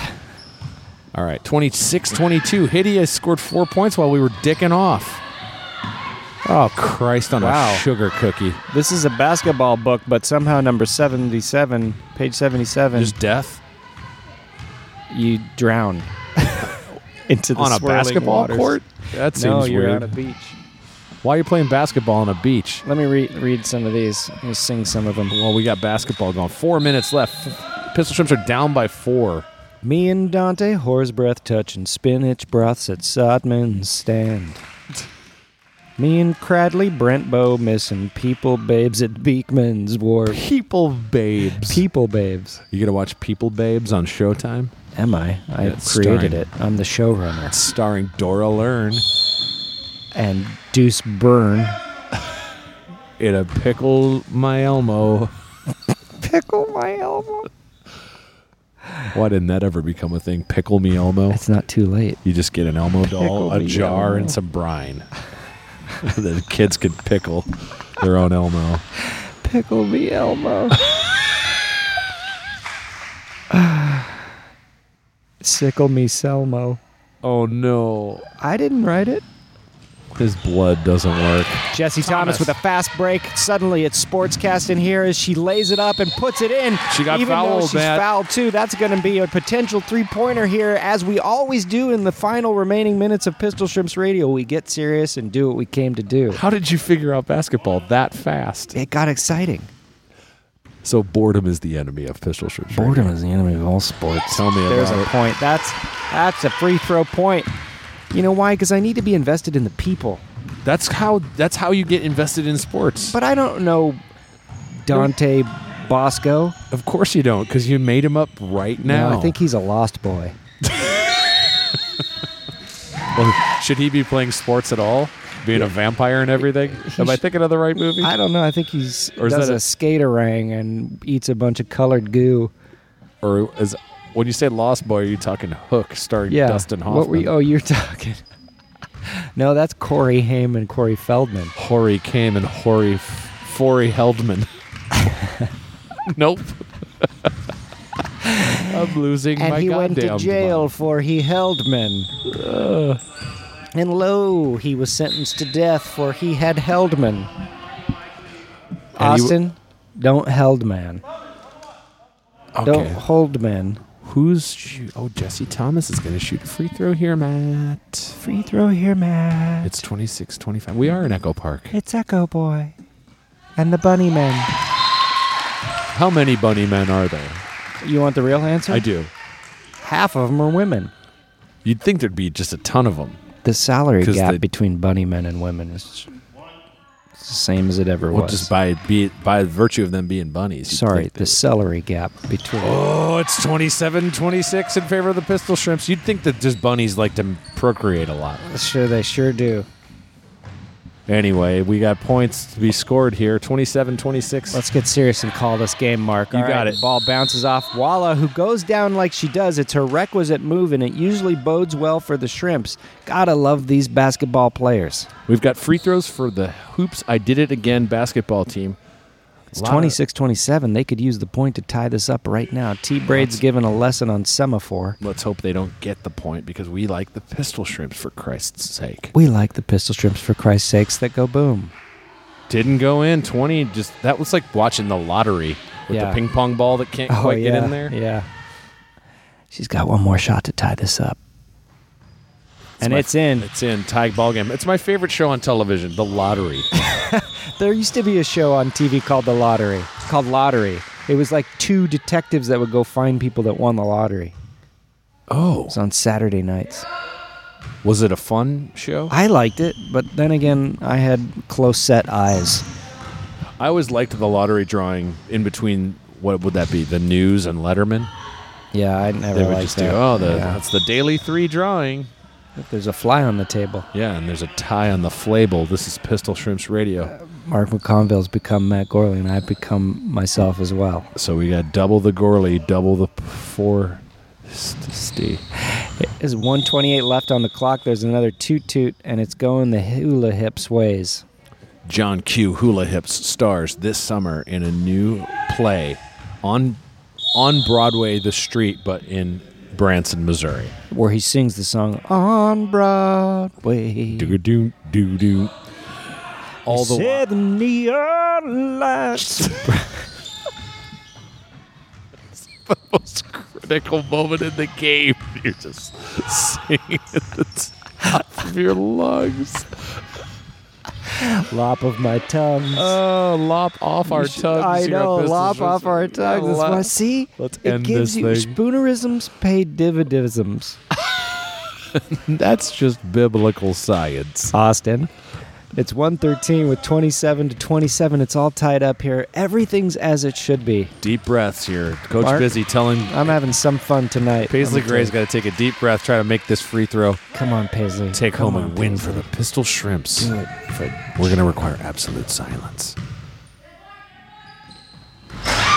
[SPEAKER 2] All right, 26-22. Hideous scored four points while we were dicking off. Oh Christ on
[SPEAKER 1] Wow.
[SPEAKER 2] a sugar cookie.
[SPEAKER 1] This is a basketball book, but somehow number 77, page 77,
[SPEAKER 2] Just death.
[SPEAKER 1] you drown into the
[SPEAKER 2] on a
[SPEAKER 1] swirling
[SPEAKER 2] basketball
[SPEAKER 1] waters.
[SPEAKER 2] court? That seems
[SPEAKER 1] no, you're on
[SPEAKER 2] weird.
[SPEAKER 1] a beach.
[SPEAKER 2] Why are you playing basketball on a beach?
[SPEAKER 1] Let me re- read some of these. Let me sing some of them.
[SPEAKER 2] Well, we got basketball going. Four minutes left. Pistol Shrimps are down by four.
[SPEAKER 1] Me and Dante, horse breath touching spinach broths at Sodman's stand. Me and Cradley, Brent Bow missing people babes at Beekman's Wharf.
[SPEAKER 2] People Babes.
[SPEAKER 1] People babes.
[SPEAKER 2] you gonna watch People Babes on Showtime?
[SPEAKER 1] Am I? I
[SPEAKER 2] Yeah, it's
[SPEAKER 1] created
[SPEAKER 2] starring-
[SPEAKER 1] it. I'm the showrunner.
[SPEAKER 2] Starring Dora Learn
[SPEAKER 1] And Deuce Byrne.
[SPEAKER 2] in a pickle my Elmo.
[SPEAKER 1] Pickle my elbow.
[SPEAKER 2] Why didn't that ever become a thing? Pickle me Elmo.
[SPEAKER 1] It's not too late.
[SPEAKER 2] You just get an Elmo doll,
[SPEAKER 1] Pickle
[SPEAKER 2] a
[SPEAKER 1] me
[SPEAKER 2] jar,
[SPEAKER 1] Elmo.
[SPEAKER 2] and some brine. the kids could pickle their own Elmo.
[SPEAKER 1] Pickle me elbow. Sickle me Selmo.
[SPEAKER 2] Oh no.
[SPEAKER 1] I didn't write it.
[SPEAKER 2] His blood doesn't work.
[SPEAKER 1] Jesse Thomas. with a fast break. Suddenly, it's sportscast in here as she lays it up and puts it in.
[SPEAKER 2] She got
[SPEAKER 1] Even
[SPEAKER 2] fouled,
[SPEAKER 1] though she's
[SPEAKER 2] Matt.
[SPEAKER 1] fouled too. That's going to be a potential three-pointer here, as we always do in the final remaining minutes of Pistol Shrimps Radio. We get serious and do what we came to do.
[SPEAKER 2] How did you figure out basketball that fast?
[SPEAKER 1] It got exciting.
[SPEAKER 2] So boredom is the enemy of pistol shrimp.
[SPEAKER 1] Boredom is the enemy of all sports.
[SPEAKER 2] Tell me
[SPEAKER 1] There's
[SPEAKER 2] about
[SPEAKER 1] a
[SPEAKER 2] it.
[SPEAKER 1] point. That's that's a free throw point. You know why? Because I need to be invested in the people.
[SPEAKER 2] That's how that's how you get invested in sports.
[SPEAKER 1] But I don't know Dante Bosco.
[SPEAKER 2] of course you don't, because you made him up right now.
[SPEAKER 1] I think he's a lost boy.
[SPEAKER 2] Well, should he be playing sports at all? Being a vampire and everything? Am I thinking of the right movie?
[SPEAKER 1] I don't know. I think he's
[SPEAKER 2] Or is
[SPEAKER 1] does
[SPEAKER 2] that
[SPEAKER 1] a,
[SPEAKER 2] a-
[SPEAKER 1] skater ring and eats a bunch of colored goo.
[SPEAKER 2] or is when you say Lost Boy, are you talking Hook starring
[SPEAKER 1] Yeah,
[SPEAKER 2] Dustin Hoffman?
[SPEAKER 1] What were you, oh, you're talking. no, that's Corey Haim and Corey Feldman.
[SPEAKER 2] Hori came and Hori F- Forey Heldman. nope. I'm losing
[SPEAKER 1] And
[SPEAKER 2] my
[SPEAKER 1] he went
[SPEAKER 2] goddamn
[SPEAKER 1] to jail
[SPEAKER 2] mind.
[SPEAKER 1] for he held men. And lo, he was sentenced to death for he had held men.
[SPEAKER 2] And he w-
[SPEAKER 1] Austin, don't held man. Don't
[SPEAKER 2] Okay.
[SPEAKER 1] hold men.
[SPEAKER 2] Who's shoot? Oh, Jesse Thomas is going to shoot a free throw here, Matt.
[SPEAKER 1] Free throw here, Matt.
[SPEAKER 2] It's 26 25. We are in Echo Park.
[SPEAKER 1] It's Echo Boy and the Bunny Men.
[SPEAKER 2] How many bunny men are there?
[SPEAKER 1] You want the real answer?
[SPEAKER 2] I do.
[SPEAKER 1] Half of them are women.
[SPEAKER 2] You'd think there'd be just a ton of them.
[SPEAKER 1] The salary
[SPEAKER 2] 'Cause
[SPEAKER 1] gap
[SPEAKER 2] they-
[SPEAKER 1] between bunny men and women is it's the same as it ever
[SPEAKER 2] Well,
[SPEAKER 1] was.
[SPEAKER 2] just by be, by virtue of them being bunnies. you'd
[SPEAKER 1] Sorry,
[SPEAKER 2] think
[SPEAKER 1] the
[SPEAKER 2] that-
[SPEAKER 1] salary gap between.
[SPEAKER 2] Oh, it's 27 26 in favor of the pistol shrimps. You'd think that just bunnies like to procreate a lot.
[SPEAKER 1] Sure, they sure do.
[SPEAKER 2] Anyway, we got points to be scored here 27 26.
[SPEAKER 1] Let's get serious and call this game, Mark.
[SPEAKER 2] You
[SPEAKER 1] All right,
[SPEAKER 2] got it.
[SPEAKER 1] The ball bounces off Walla, who goes down like she does. It's her requisite move, and it usually bodes well for the Shrimps. Gotta love these basketball players.
[SPEAKER 2] We've got free throws for the Hoops I Did It Again basketball team.
[SPEAKER 1] It's 26 27. They could use the point to tie this up right now. T Braid's given a lesson on semaphore.
[SPEAKER 2] Let's hope they don't get the point because we like the pistol shrimps for Christ's sake.
[SPEAKER 1] We like the pistol strips for Christ's sakes that go boom.
[SPEAKER 2] Didn't go in 20 just that was like watching the lottery with
[SPEAKER 1] Yeah. Oh,
[SPEAKER 2] the ping pong ball that can't quite
[SPEAKER 1] yeah,
[SPEAKER 2] get in there.
[SPEAKER 1] Yeah. She's got one more shot to tie this up. and
[SPEAKER 2] my-
[SPEAKER 1] it's in.
[SPEAKER 2] It's in tag ball game. It's my favorite show on television, The Lottery.
[SPEAKER 1] There used to be a show on TV called The Lottery. It's called Lottery. It was like two detectives that would go find people that won the lottery.
[SPEAKER 2] Oh,
[SPEAKER 1] It's on Saturday nights.
[SPEAKER 2] was it a fun show?
[SPEAKER 1] I liked it, but then again, I had close set eyes.
[SPEAKER 2] I always liked the lottery drawing in between. What would that be? The news and Letterman.
[SPEAKER 1] Yeah, I never
[SPEAKER 2] They would
[SPEAKER 1] liked
[SPEAKER 2] just
[SPEAKER 1] that.
[SPEAKER 2] do. Oh, the,
[SPEAKER 1] Yeah.
[SPEAKER 2] that's the daily three drawing.
[SPEAKER 1] If There's a fly on the table.
[SPEAKER 2] Yeah, and there's a tie on the flable. This is Pistol Shrimps Radio.
[SPEAKER 1] Mark McConville's become Matt Gorley, and I've become myself as well.
[SPEAKER 2] So we got double the Gorley, double the p- four. st- st-
[SPEAKER 1] There's 128 left on the clock. There's another toot toot, and it's going the hula hips ways.
[SPEAKER 2] John Q. Hula Hips stars this summer in a new play on on Broadway, the street, but in Branson, Missouri.
[SPEAKER 1] Where he sings the song on Broadway.
[SPEAKER 2] Do do do do. All the
[SPEAKER 1] See
[SPEAKER 2] while,
[SPEAKER 1] the neon lights.
[SPEAKER 2] most critical moment in the game. You're just singing at the top of your lungs.
[SPEAKER 1] lop of my tongue.
[SPEAKER 2] Oh, lop off our
[SPEAKER 1] Sh-
[SPEAKER 2] tongues.
[SPEAKER 1] I
[SPEAKER 2] here at
[SPEAKER 1] know,
[SPEAKER 2] Pistols
[SPEAKER 1] lop
[SPEAKER 2] Versus-
[SPEAKER 1] off our tongues. That's why,
[SPEAKER 2] Lop-
[SPEAKER 1] see,
[SPEAKER 2] Let's
[SPEAKER 1] it
[SPEAKER 2] end
[SPEAKER 1] gives
[SPEAKER 2] this
[SPEAKER 1] you
[SPEAKER 2] thing.
[SPEAKER 1] spoonerisms pay dividisms.
[SPEAKER 2] That's just biblical science.
[SPEAKER 1] Austin. It's 113 with 27 to 27. It's all tied up here. Everything's as it should be.
[SPEAKER 2] Deep breaths here. Coach
[SPEAKER 1] Mark?
[SPEAKER 2] Busy telling
[SPEAKER 1] I'm having some fun tonight.
[SPEAKER 2] Paisley
[SPEAKER 1] Let me tell you.
[SPEAKER 2] Gray's got to take a deep breath, try to make this free throw,
[SPEAKER 1] Come on, Paisley.
[SPEAKER 2] take
[SPEAKER 1] Come
[SPEAKER 2] home
[SPEAKER 1] on,
[SPEAKER 2] a win
[SPEAKER 1] Paisley.
[SPEAKER 2] for the Pistol Shrimps.
[SPEAKER 1] Do it.
[SPEAKER 2] We're going to require absolute silence.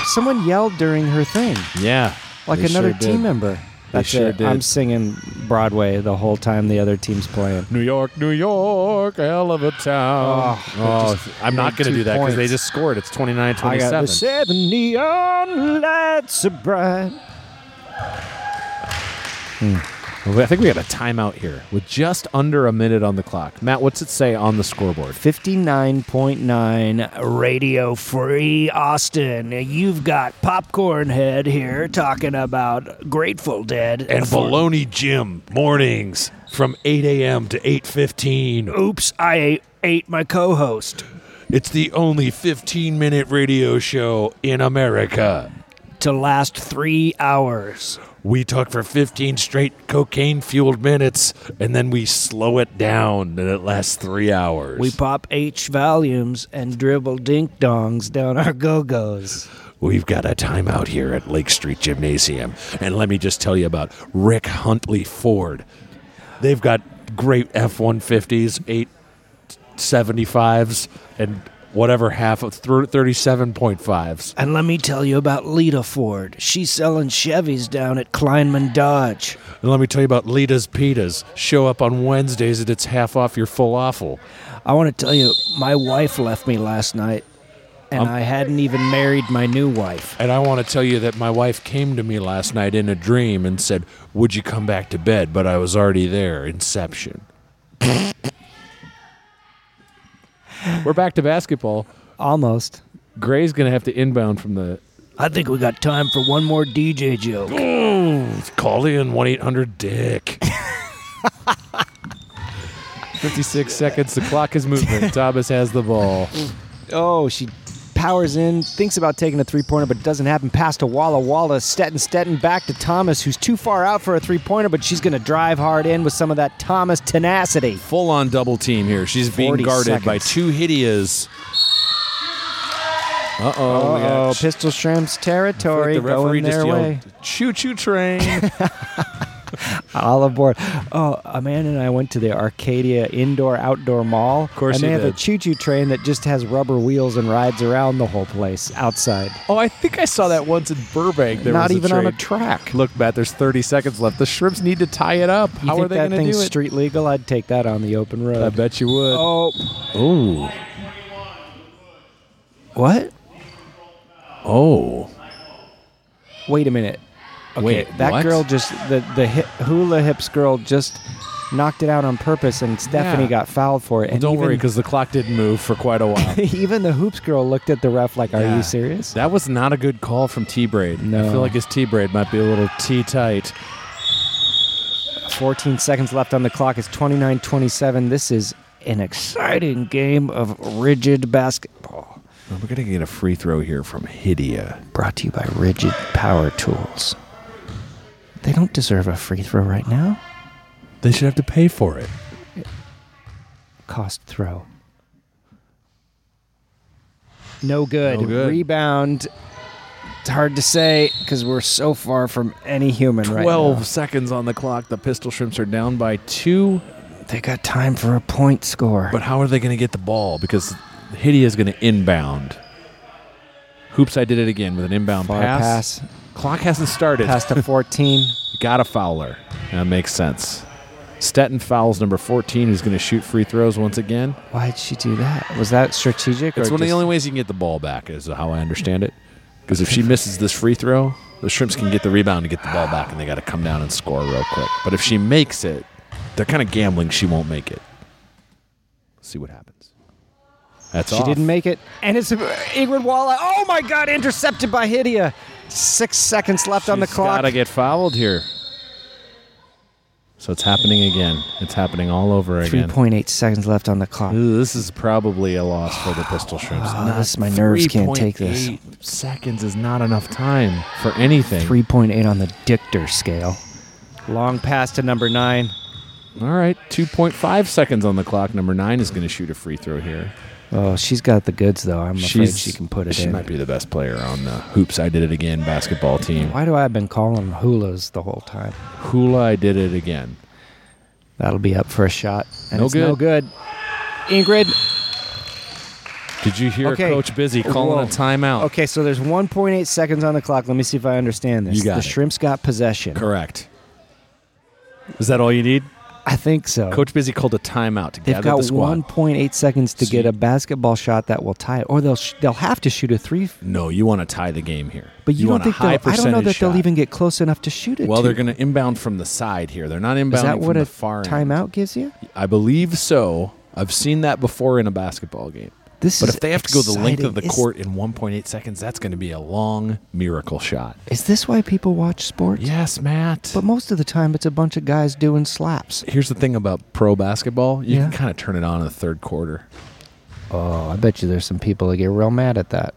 [SPEAKER 1] Someone yelled during her thing,
[SPEAKER 2] Yeah.
[SPEAKER 1] like
[SPEAKER 2] they
[SPEAKER 1] another
[SPEAKER 2] sure did.
[SPEAKER 1] team member. That's
[SPEAKER 2] sure
[SPEAKER 1] it. I'm
[SPEAKER 2] did.
[SPEAKER 1] singing Broadway the whole time the other team's playing.
[SPEAKER 2] New York, New York, hell of a town.
[SPEAKER 1] Oh, they
[SPEAKER 2] I'm not
[SPEAKER 1] made
[SPEAKER 2] going to
[SPEAKER 1] two
[SPEAKER 2] do that because they
[SPEAKER 1] points.
[SPEAKER 2] just scored. It's 29
[SPEAKER 1] I got
[SPEAKER 2] 27.
[SPEAKER 1] the seven neon lights so bright.
[SPEAKER 2] I think we got a timeout here with just under a minute on the clock. Matt, what's it say on the scoreboard?
[SPEAKER 1] 59.9 Radio Free Austin. You've got Popcorn Head here talking about Grateful Dead
[SPEAKER 4] And Baloney Jim mornings from 8 a.m. to 8:15.
[SPEAKER 1] Oops, I ate my co host.
[SPEAKER 4] It's the only 15-minute radio show in America.
[SPEAKER 1] To last three hours.
[SPEAKER 4] We talk for 15 straight cocaine-fueled minutes, and then we slow it down, and it lasts three hours.
[SPEAKER 1] We pop H volumes and dribble dink dongs down our go go's.
[SPEAKER 4] We've got a timeout here at Lake Street Gymnasium. And let me just tell you about Rick Huntley Ford. They've got great F 150s, 875s, and whatever half of thir- 37.5s.
[SPEAKER 1] And let me tell you about Lita Ford. She's selling Chevys down at Kleinman Dodge.
[SPEAKER 4] And let me tell you about Lita's Pitas. Show up on Wednesdays and it's half off your falafel.
[SPEAKER 1] I want to tell you, my wife left me last night, and I hadn't even married my new wife.
[SPEAKER 4] And I want to tell you that my wife came to me last night in a dream and said, Would you come back to bed? But I was already there. Inception.
[SPEAKER 2] We're back to basketball.
[SPEAKER 1] Almost.
[SPEAKER 2] Gray's going to have to inbound from the.
[SPEAKER 1] I think we got time for one more DJ joke.
[SPEAKER 4] Call in 1 800 Dick.
[SPEAKER 2] 56 seconds. The clock is moving. Thomas has the ball.
[SPEAKER 1] Oh, she powers in, thinks about taking a three pointer, but it doesn't happen. Pass to Walla Walla, Stetton Stetton back to Thomas, who's too far out for a three pointer, but she's going to drive hard in with some of that Thomas tenacity.
[SPEAKER 2] Full on double team here. She's being
[SPEAKER 1] 40
[SPEAKER 2] guarded by
[SPEAKER 1] seconds.
[SPEAKER 2] two hideas. Uh
[SPEAKER 1] Oh,
[SPEAKER 2] oh.
[SPEAKER 1] Pistol Shrimps territory
[SPEAKER 2] the referee
[SPEAKER 1] going
[SPEAKER 2] just
[SPEAKER 1] their way.
[SPEAKER 2] yelled, "Choo choo train!"
[SPEAKER 1] All aboard. Oh, Amanda and I went to the Arcadia Indoor Outdoor Mall. Of
[SPEAKER 2] course
[SPEAKER 1] And they
[SPEAKER 2] you
[SPEAKER 1] have a
[SPEAKER 2] did.
[SPEAKER 1] choo choo train that just has rubber wheels and rides around the whole place outside.
[SPEAKER 2] Oh, I think I saw that once in Burbank. There
[SPEAKER 1] Not
[SPEAKER 2] was
[SPEAKER 1] even
[SPEAKER 2] a
[SPEAKER 1] on a
[SPEAKER 2] trade.
[SPEAKER 1] track.
[SPEAKER 2] Look, Matt, there's 30 seconds left. The Shrimps need to tie it up.
[SPEAKER 1] You
[SPEAKER 2] How
[SPEAKER 1] think
[SPEAKER 2] are they
[SPEAKER 1] that
[SPEAKER 2] going to
[SPEAKER 1] thing's
[SPEAKER 2] do it?
[SPEAKER 1] street legal? I'd take that on the open road.
[SPEAKER 2] I bet you would.
[SPEAKER 1] Oh,
[SPEAKER 2] Oh,
[SPEAKER 1] what?
[SPEAKER 2] oh,
[SPEAKER 1] Wait a minute. Okay,
[SPEAKER 2] Wait,
[SPEAKER 1] that
[SPEAKER 2] what?
[SPEAKER 1] girl just the the hip, hula hips girl just knocked it out on purpose, and Stephanie
[SPEAKER 2] Yeah.
[SPEAKER 1] got fouled for it. And
[SPEAKER 2] don't worry,
[SPEAKER 1] even,
[SPEAKER 2] because the clock didn't move for quite a while.
[SPEAKER 1] even the hoops girl looked at the ref like, "Are
[SPEAKER 2] Yeah.
[SPEAKER 1] you serious?"
[SPEAKER 2] That was not a good call from T Braid.
[SPEAKER 1] No.
[SPEAKER 2] I feel like his T Braid might be a little T tight.
[SPEAKER 1] 14 seconds left on the clock. It's 29 27. This is an exciting game of rigid basketball
[SPEAKER 2] We're going to get a free throw here from Hidia.
[SPEAKER 1] brought to you by Rigid Power Tools. They don't deserve a free throw right now.
[SPEAKER 4] They should have to pay for it.
[SPEAKER 1] Cost throw. No good. Rebound. It's hard to say because we're so far from any human right now.
[SPEAKER 2] 12 seconds on the clock. The Pistol Shrimps are down by two.
[SPEAKER 1] They got time for a point score.
[SPEAKER 2] But how are they going to get the ball? Because Hidea is going to inbound. Hoops, I did it again with an inbound
[SPEAKER 1] Far
[SPEAKER 2] pass.
[SPEAKER 1] pass.
[SPEAKER 2] Clock hasn't started.
[SPEAKER 1] Pass to 14.
[SPEAKER 2] Got a fouler. That makes sense. Stetton fouls number 14, who's going to shoot free throws once again.
[SPEAKER 1] Why'd she do that? Was that strategic?
[SPEAKER 2] It's
[SPEAKER 1] or
[SPEAKER 2] one of
[SPEAKER 1] just-
[SPEAKER 2] the only ways you can get the ball back, is how I understand it. Because if she misses this free throw, the Shrimps can get the rebound and get the ball back, and they got to come down and score real quick. But if she makes it, they're kind of gambling she won't make it. See what happens. That's
[SPEAKER 1] She
[SPEAKER 2] off.
[SPEAKER 1] didn't make it. And it's Ingrid Walla. Oh my God, intercepted by Hidea. Six seconds left on the
[SPEAKER 2] She's
[SPEAKER 1] clock.
[SPEAKER 2] Gotta get fouled here. So it's happening again. It's happening all over again.
[SPEAKER 1] 3.8 seconds left on the clock.
[SPEAKER 2] Ooh, this is probably a loss for the Pistol Shrimps.
[SPEAKER 1] Oh, this- my nerves can't take this.
[SPEAKER 2] 3.8 Seconds is not enough time for anything.
[SPEAKER 1] 3.8 on the Dichter scale. Long pass to number nine.
[SPEAKER 2] All right, 2.5 seconds on the clock. Number nine is going to shoot a free throw here.
[SPEAKER 1] Oh, she's got the goods though. I'm afraid she can put it
[SPEAKER 2] she
[SPEAKER 1] in.
[SPEAKER 2] might be the best player on the hoops. I did it again basketball team.
[SPEAKER 1] Why do I have been calling them hulas the whole time?
[SPEAKER 2] Hula, I did it again.
[SPEAKER 1] That'll be up for a shot. And
[SPEAKER 2] No
[SPEAKER 1] it's no good. Ingrid.
[SPEAKER 2] Did you hear
[SPEAKER 1] Okay.
[SPEAKER 2] Coach Busy calling
[SPEAKER 1] Whoa.
[SPEAKER 2] a timeout?
[SPEAKER 1] Okay, so there's 1.8 seconds on the clock. Let me see if I understand this.
[SPEAKER 2] You got
[SPEAKER 1] the
[SPEAKER 2] it.
[SPEAKER 1] shrimps got possession.
[SPEAKER 2] Correct. Is that all you need?
[SPEAKER 1] I think so.
[SPEAKER 2] Uh, Coach Busy called a timeout to
[SPEAKER 1] They've
[SPEAKER 2] gather
[SPEAKER 1] got
[SPEAKER 2] the squad.
[SPEAKER 1] 1.8 seconds to
[SPEAKER 2] So
[SPEAKER 1] get
[SPEAKER 2] you-
[SPEAKER 1] a basketball shot that will tie it, or they'll sh- they'll have to shoot a three.
[SPEAKER 2] No, you want to tie the game here.
[SPEAKER 1] But you,
[SPEAKER 2] want
[SPEAKER 1] don't
[SPEAKER 2] a
[SPEAKER 1] think
[SPEAKER 2] high
[SPEAKER 1] they'll? I don't know
[SPEAKER 2] percentage
[SPEAKER 1] that
[SPEAKER 2] shot.
[SPEAKER 1] they'll even get close enough to shoot it.
[SPEAKER 2] Well, they're
[SPEAKER 1] to.
[SPEAKER 2] going to inbound from the side here. They're not inbounding
[SPEAKER 1] Is that
[SPEAKER 2] from
[SPEAKER 1] what
[SPEAKER 2] the
[SPEAKER 1] a
[SPEAKER 2] far
[SPEAKER 1] timeout
[SPEAKER 2] end.
[SPEAKER 1] gives you?
[SPEAKER 2] I believe so. I've seen that before in a basketball game.
[SPEAKER 1] This
[SPEAKER 2] but
[SPEAKER 1] is
[SPEAKER 2] if they have to go the length of the
[SPEAKER 1] exciting. Is-
[SPEAKER 2] court in 1.8 seconds, that's going to be a long miracle shot.
[SPEAKER 1] Is this why people watch sports?
[SPEAKER 2] Yes, Matt.
[SPEAKER 1] But most of the time, it's a bunch of guys doing slaps.
[SPEAKER 2] Here's the thing about pro basketball you
[SPEAKER 1] Yeah.
[SPEAKER 2] can kind of turn it on in the third quarter.
[SPEAKER 1] Oh, I bet you there's some people that get real mad at that.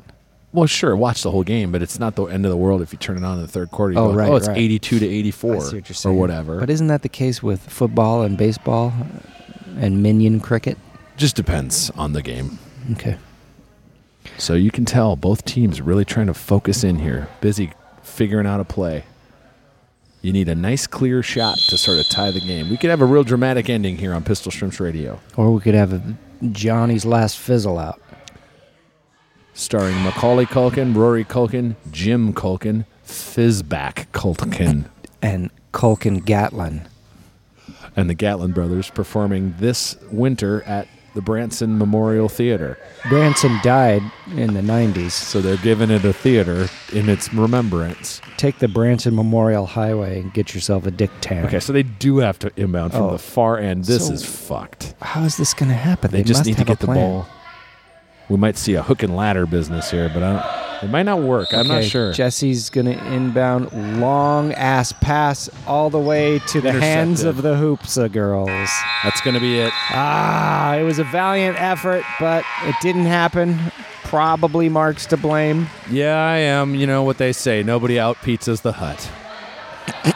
[SPEAKER 2] Well, sure, watch the whole game, but it's not the end of the world if you turn it on in the third quarter. You
[SPEAKER 1] Oh,
[SPEAKER 2] go,
[SPEAKER 1] right,
[SPEAKER 2] oh, it's
[SPEAKER 1] right.
[SPEAKER 2] 82 to
[SPEAKER 1] I
[SPEAKER 2] 84
[SPEAKER 1] see what you're
[SPEAKER 2] or
[SPEAKER 1] saying.
[SPEAKER 2] whatever.
[SPEAKER 1] But isn't that the case with football and baseball uh, and minion cricket?
[SPEAKER 2] just depends on the game.
[SPEAKER 1] Okay.
[SPEAKER 2] So you can tell both teams really trying to focus in here, busy figuring out a play. You need a nice clear shot to sort of tie the game. We could have a real dramatic ending here on Pistol Shrimps Radio,
[SPEAKER 1] Or we could have a Johnny's last fizzle out.
[SPEAKER 2] starring Macaulay Culkin, Rory Culkin, Jim Culkin, Fizzback Culkin,
[SPEAKER 1] and Culkin Gatlin.
[SPEAKER 2] and the Gatlin brothers performing this winter at the Branson Memorial Theater.
[SPEAKER 1] Branson died in the 90s.
[SPEAKER 2] So they're giving it a theater in its remembrance.
[SPEAKER 1] Take the Branson Memorial Highway and get yourself a dick tan.
[SPEAKER 2] Okay, so they do have to inbound from
[SPEAKER 1] Oh.
[SPEAKER 2] the far end. This
[SPEAKER 1] So-
[SPEAKER 2] is fucked.
[SPEAKER 1] How is this going to happen?
[SPEAKER 2] They, just
[SPEAKER 1] must
[SPEAKER 2] need to
[SPEAKER 1] have
[SPEAKER 2] get
[SPEAKER 1] a
[SPEAKER 2] the
[SPEAKER 1] plan.
[SPEAKER 2] ball. We might see a hook and ladder business here, but I don't, it might not work. I'm not
[SPEAKER 1] Okay,
[SPEAKER 2] sure.
[SPEAKER 1] Jesse's going to inbound long ass pass all the way to the hands
[SPEAKER 2] Intercepted.
[SPEAKER 1] of the Hoopsa girls.
[SPEAKER 2] That's going to be it.
[SPEAKER 1] Ah, it was a valiant effort, but it didn't happen. Probably Mark's to blame.
[SPEAKER 2] Yeah, I am. You know what they say nobody out pizzas the hut.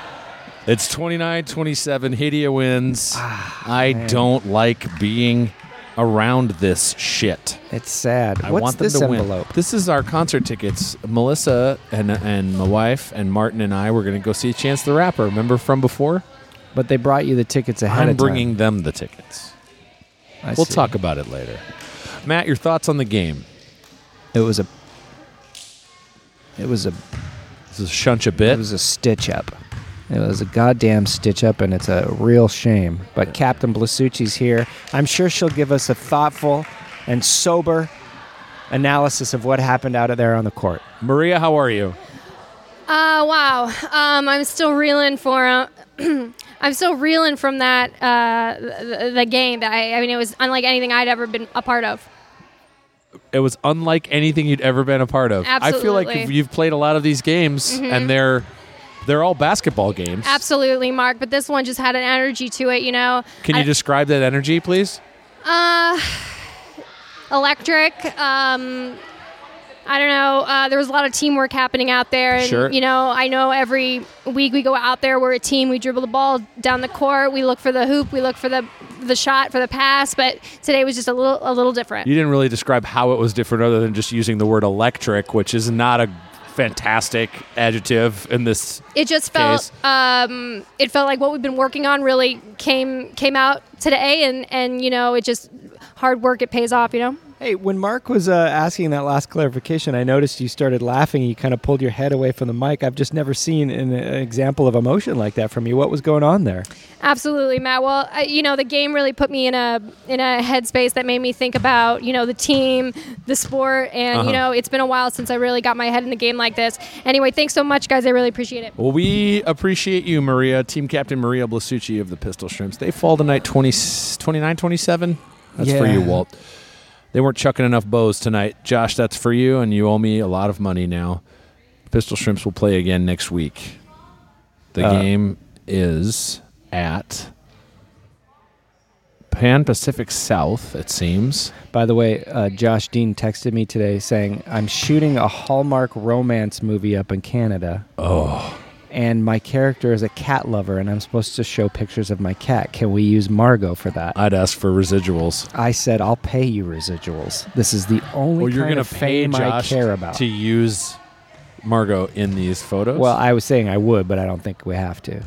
[SPEAKER 2] It's 29 27. Hidea wins.
[SPEAKER 1] Ah,
[SPEAKER 2] I don't like being around this shit.
[SPEAKER 1] It's sad.
[SPEAKER 2] I
[SPEAKER 1] What's
[SPEAKER 2] want them
[SPEAKER 1] this
[SPEAKER 2] to
[SPEAKER 1] envelope?
[SPEAKER 2] win. This is our concert tickets. Melissa and and my wife and Martin and I were going to go see Chance the Rapper. Remember from before?
[SPEAKER 1] But they brought you the tickets ahead
[SPEAKER 2] I'm
[SPEAKER 1] of time.
[SPEAKER 2] bringing them the tickets.
[SPEAKER 1] I
[SPEAKER 2] we'll
[SPEAKER 1] see.
[SPEAKER 2] talk about it later. Matt, your thoughts on the game?
[SPEAKER 1] It was a. It was a.
[SPEAKER 2] This is shunch a
[SPEAKER 1] It
[SPEAKER 2] bit.
[SPEAKER 1] was a stitch up. It was a goddamn stitch up, and it's a real shame. But Captain Blasucci's here. I'm sure she'll give us a thoughtful and sober analysis of what happened out there on the court.
[SPEAKER 2] Maria, how are you?
[SPEAKER 8] Uh, wow. Um, I'm still reeling for. I'm still reeling from that uh, the, the game. That I, I mean, it was unlike anything I'd ever been a part of.
[SPEAKER 2] It was unlike anything you'd ever been a part of. I feel like
[SPEAKER 8] Absolutely. Mm-hmm.
[SPEAKER 2] you've- you've played a lot of these games, and they're they're all basketball games.
[SPEAKER 8] Absolutely, Mark. But this one just had an energy to it. You know,
[SPEAKER 2] Can you
[SPEAKER 8] I-
[SPEAKER 2] describe that energy, please?
[SPEAKER 8] Uh, electric. Um, I don't know. Uh, there was a lot of teamwork happening out there, and
[SPEAKER 2] Sure.
[SPEAKER 8] you know, I know every week we go out there, we're a team. We dribble the ball down the court, we look for the hoop, we look for the the shot for the pass. But today was just a little a little different.
[SPEAKER 2] You didn't really describe how it was different other than just using the word electric, which is not a fantastic adjective in this.
[SPEAKER 8] It just felt
[SPEAKER 2] Case.
[SPEAKER 8] um, it felt like what we've been working on really came came out today, and and you know, it just hard work it pays off. You know.
[SPEAKER 1] Hey, when Mark was uh, asking that last clarification, I noticed you started laughing. You kind of pulled your head away from the mic. I've just never seen an, an example of emotion like that from you. What was going on there?
[SPEAKER 8] Absolutely, Matt. Well, I, you know, the game really put me in a in a headspace that made me think about you know the team, the sport, and you know it's been a while since I really got my head in the game like this. Anyway, thanks so much, guys. I really appreciate it.
[SPEAKER 2] Well, we appreciate you, Maria, team captain Maria Blasucci of the Pistol Shrimps. They fall tonight 20, 29 27. That's for
[SPEAKER 1] Yeah.
[SPEAKER 2] you, Walt. They weren't chucking enough bows tonight. Josh, that's for you, and you owe me a lot of money now. Pistol Shrimps will play again next week. The game is at Pan Pacific South, it seems.
[SPEAKER 1] By the way, uh, Josh Dean texted me today saying, I'm shooting a Hallmark romance movie up in Canada. Oh. And my character is a cat lover, and I'm supposed to show pictures of my cat. Can we use Margot for that?
[SPEAKER 2] I'd ask for residuals.
[SPEAKER 1] I said, I'll pay you residuals. This is the only
[SPEAKER 2] Well, you're
[SPEAKER 1] kind
[SPEAKER 2] going
[SPEAKER 1] of
[SPEAKER 2] to pay
[SPEAKER 1] fame
[SPEAKER 2] Josh
[SPEAKER 1] I care about.
[SPEAKER 2] to use Margot in these photos.
[SPEAKER 1] well, I was saying I would, but I don't think we have to.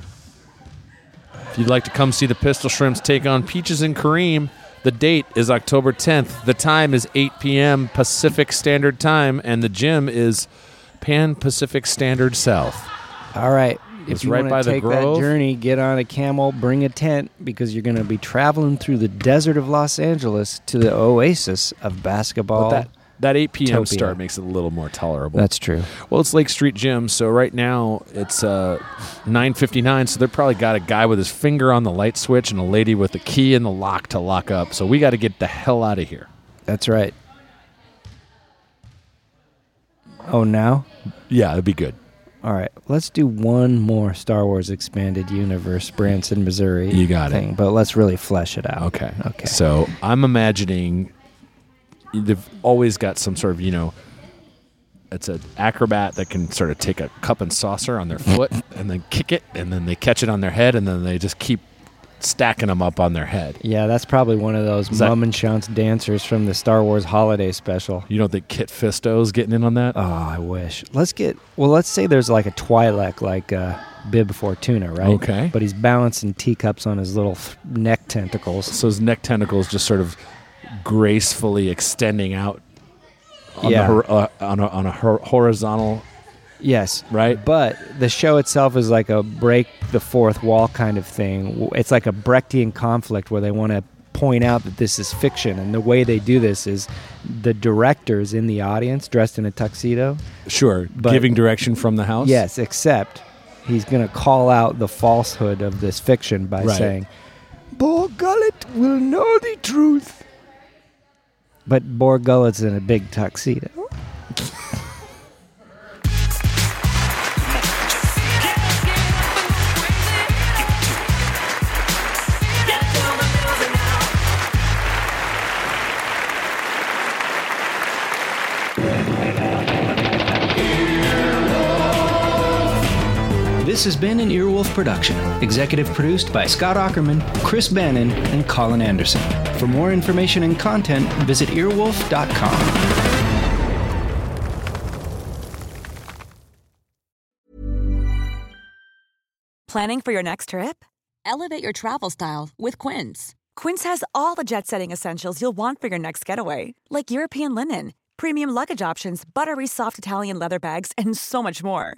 [SPEAKER 2] If you'd like to come see the Pistol Shrimps take on Peaches and Kareem, the date is October 10th. The time is 8 p.m. Pacific Standard Time, and the gym is Pan Pacific Standard South.
[SPEAKER 1] All right.
[SPEAKER 2] It's
[SPEAKER 1] If you
[SPEAKER 2] right
[SPEAKER 1] want
[SPEAKER 2] by
[SPEAKER 1] to
[SPEAKER 2] the
[SPEAKER 1] take
[SPEAKER 2] Grove.
[SPEAKER 1] that journey, get on a camel, bring a tent, because you're going to be traveling through the desert of Los Angeles to the oasis of
[SPEAKER 2] But
[SPEAKER 1] basketball.
[SPEAKER 2] that, that 8 p.m.
[SPEAKER 1] Topia.
[SPEAKER 2] start makes it a little more tolerable.
[SPEAKER 1] That's true.
[SPEAKER 2] well, it's Lake Street Gym, so right now it's uh, 9.59, so they're probably got a guy with his finger on the light switch and a lady with a key in the lock to lock up, so we got to get the hell out of here.
[SPEAKER 1] That's right. Oh, now?
[SPEAKER 2] Yeah, it'd be good.
[SPEAKER 1] All right. Let's do one more Star Wars Expanded Universe Branson, Missouri.
[SPEAKER 2] You got it.
[SPEAKER 1] thing, But let's really flesh it out.
[SPEAKER 2] Okay.
[SPEAKER 1] Okay.
[SPEAKER 2] So I'm imagining they've always got some sort of, you know, it's an acrobat that can sort of take a cup and saucer on their foot and then kick it, and then they catch it on their head, and then they just keep stacking them up on their head.
[SPEAKER 1] Yeah, that's probably one of those
[SPEAKER 2] that-
[SPEAKER 1] mum and chance dancers from the Star Wars holiday special.
[SPEAKER 2] You don't think Kit Fisto's getting in on that?
[SPEAKER 1] Oh, I wish. Let's get well. Let's say there's like a Twi'lek, like uh, Bib Fortuna, right?
[SPEAKER 2] Okay.
[SPEAKER 1] But he's balancing teacups on his little th- neck tentacles.
[SPEAKER 2] so his neck tentacles just sort of gracefully extending out on,
[SPEAKER 1] Yeah.
[SPEAKER 2] the hor- uh, on a, on a hor- horizontal.
[SPEAKER 1] Yes.
[SPEAKER 2] Right.
[SPEAKER 1] But the show itself is like a break the fourth wall kind of thing. W- It's like a Brechtian conflict where they want to point out that this is fiction, and the way they do this is the directors in the audience dressed in a tuxedo.
[SPEAKER 2] Sure.
[SPEAKER 1] But-
[SPEAKER 2] giving direction from the house?
[SPEAKER 1] Yes, except he's going to call out the falsehood of this fiction by
[SPEAKER 2] Right.
[SPEAKER 1] saying, Borgullet will know the truth. But Borgullet's in a big tuxedo.
[SPEAKER 9] This has been an Earwolf production, executive produced by Scott Ackerman, Chris Bannon, and Colin Anderson. For more information and content, visit earwolf.com.
[SPEAKER 10] Planning for your next trip? Elevate your travel style with Quince. Quince has all the jet setting essentials you'll want for your next getaway, like European linen, premium luggage options, buttery soft Italian leather bags, and so much more.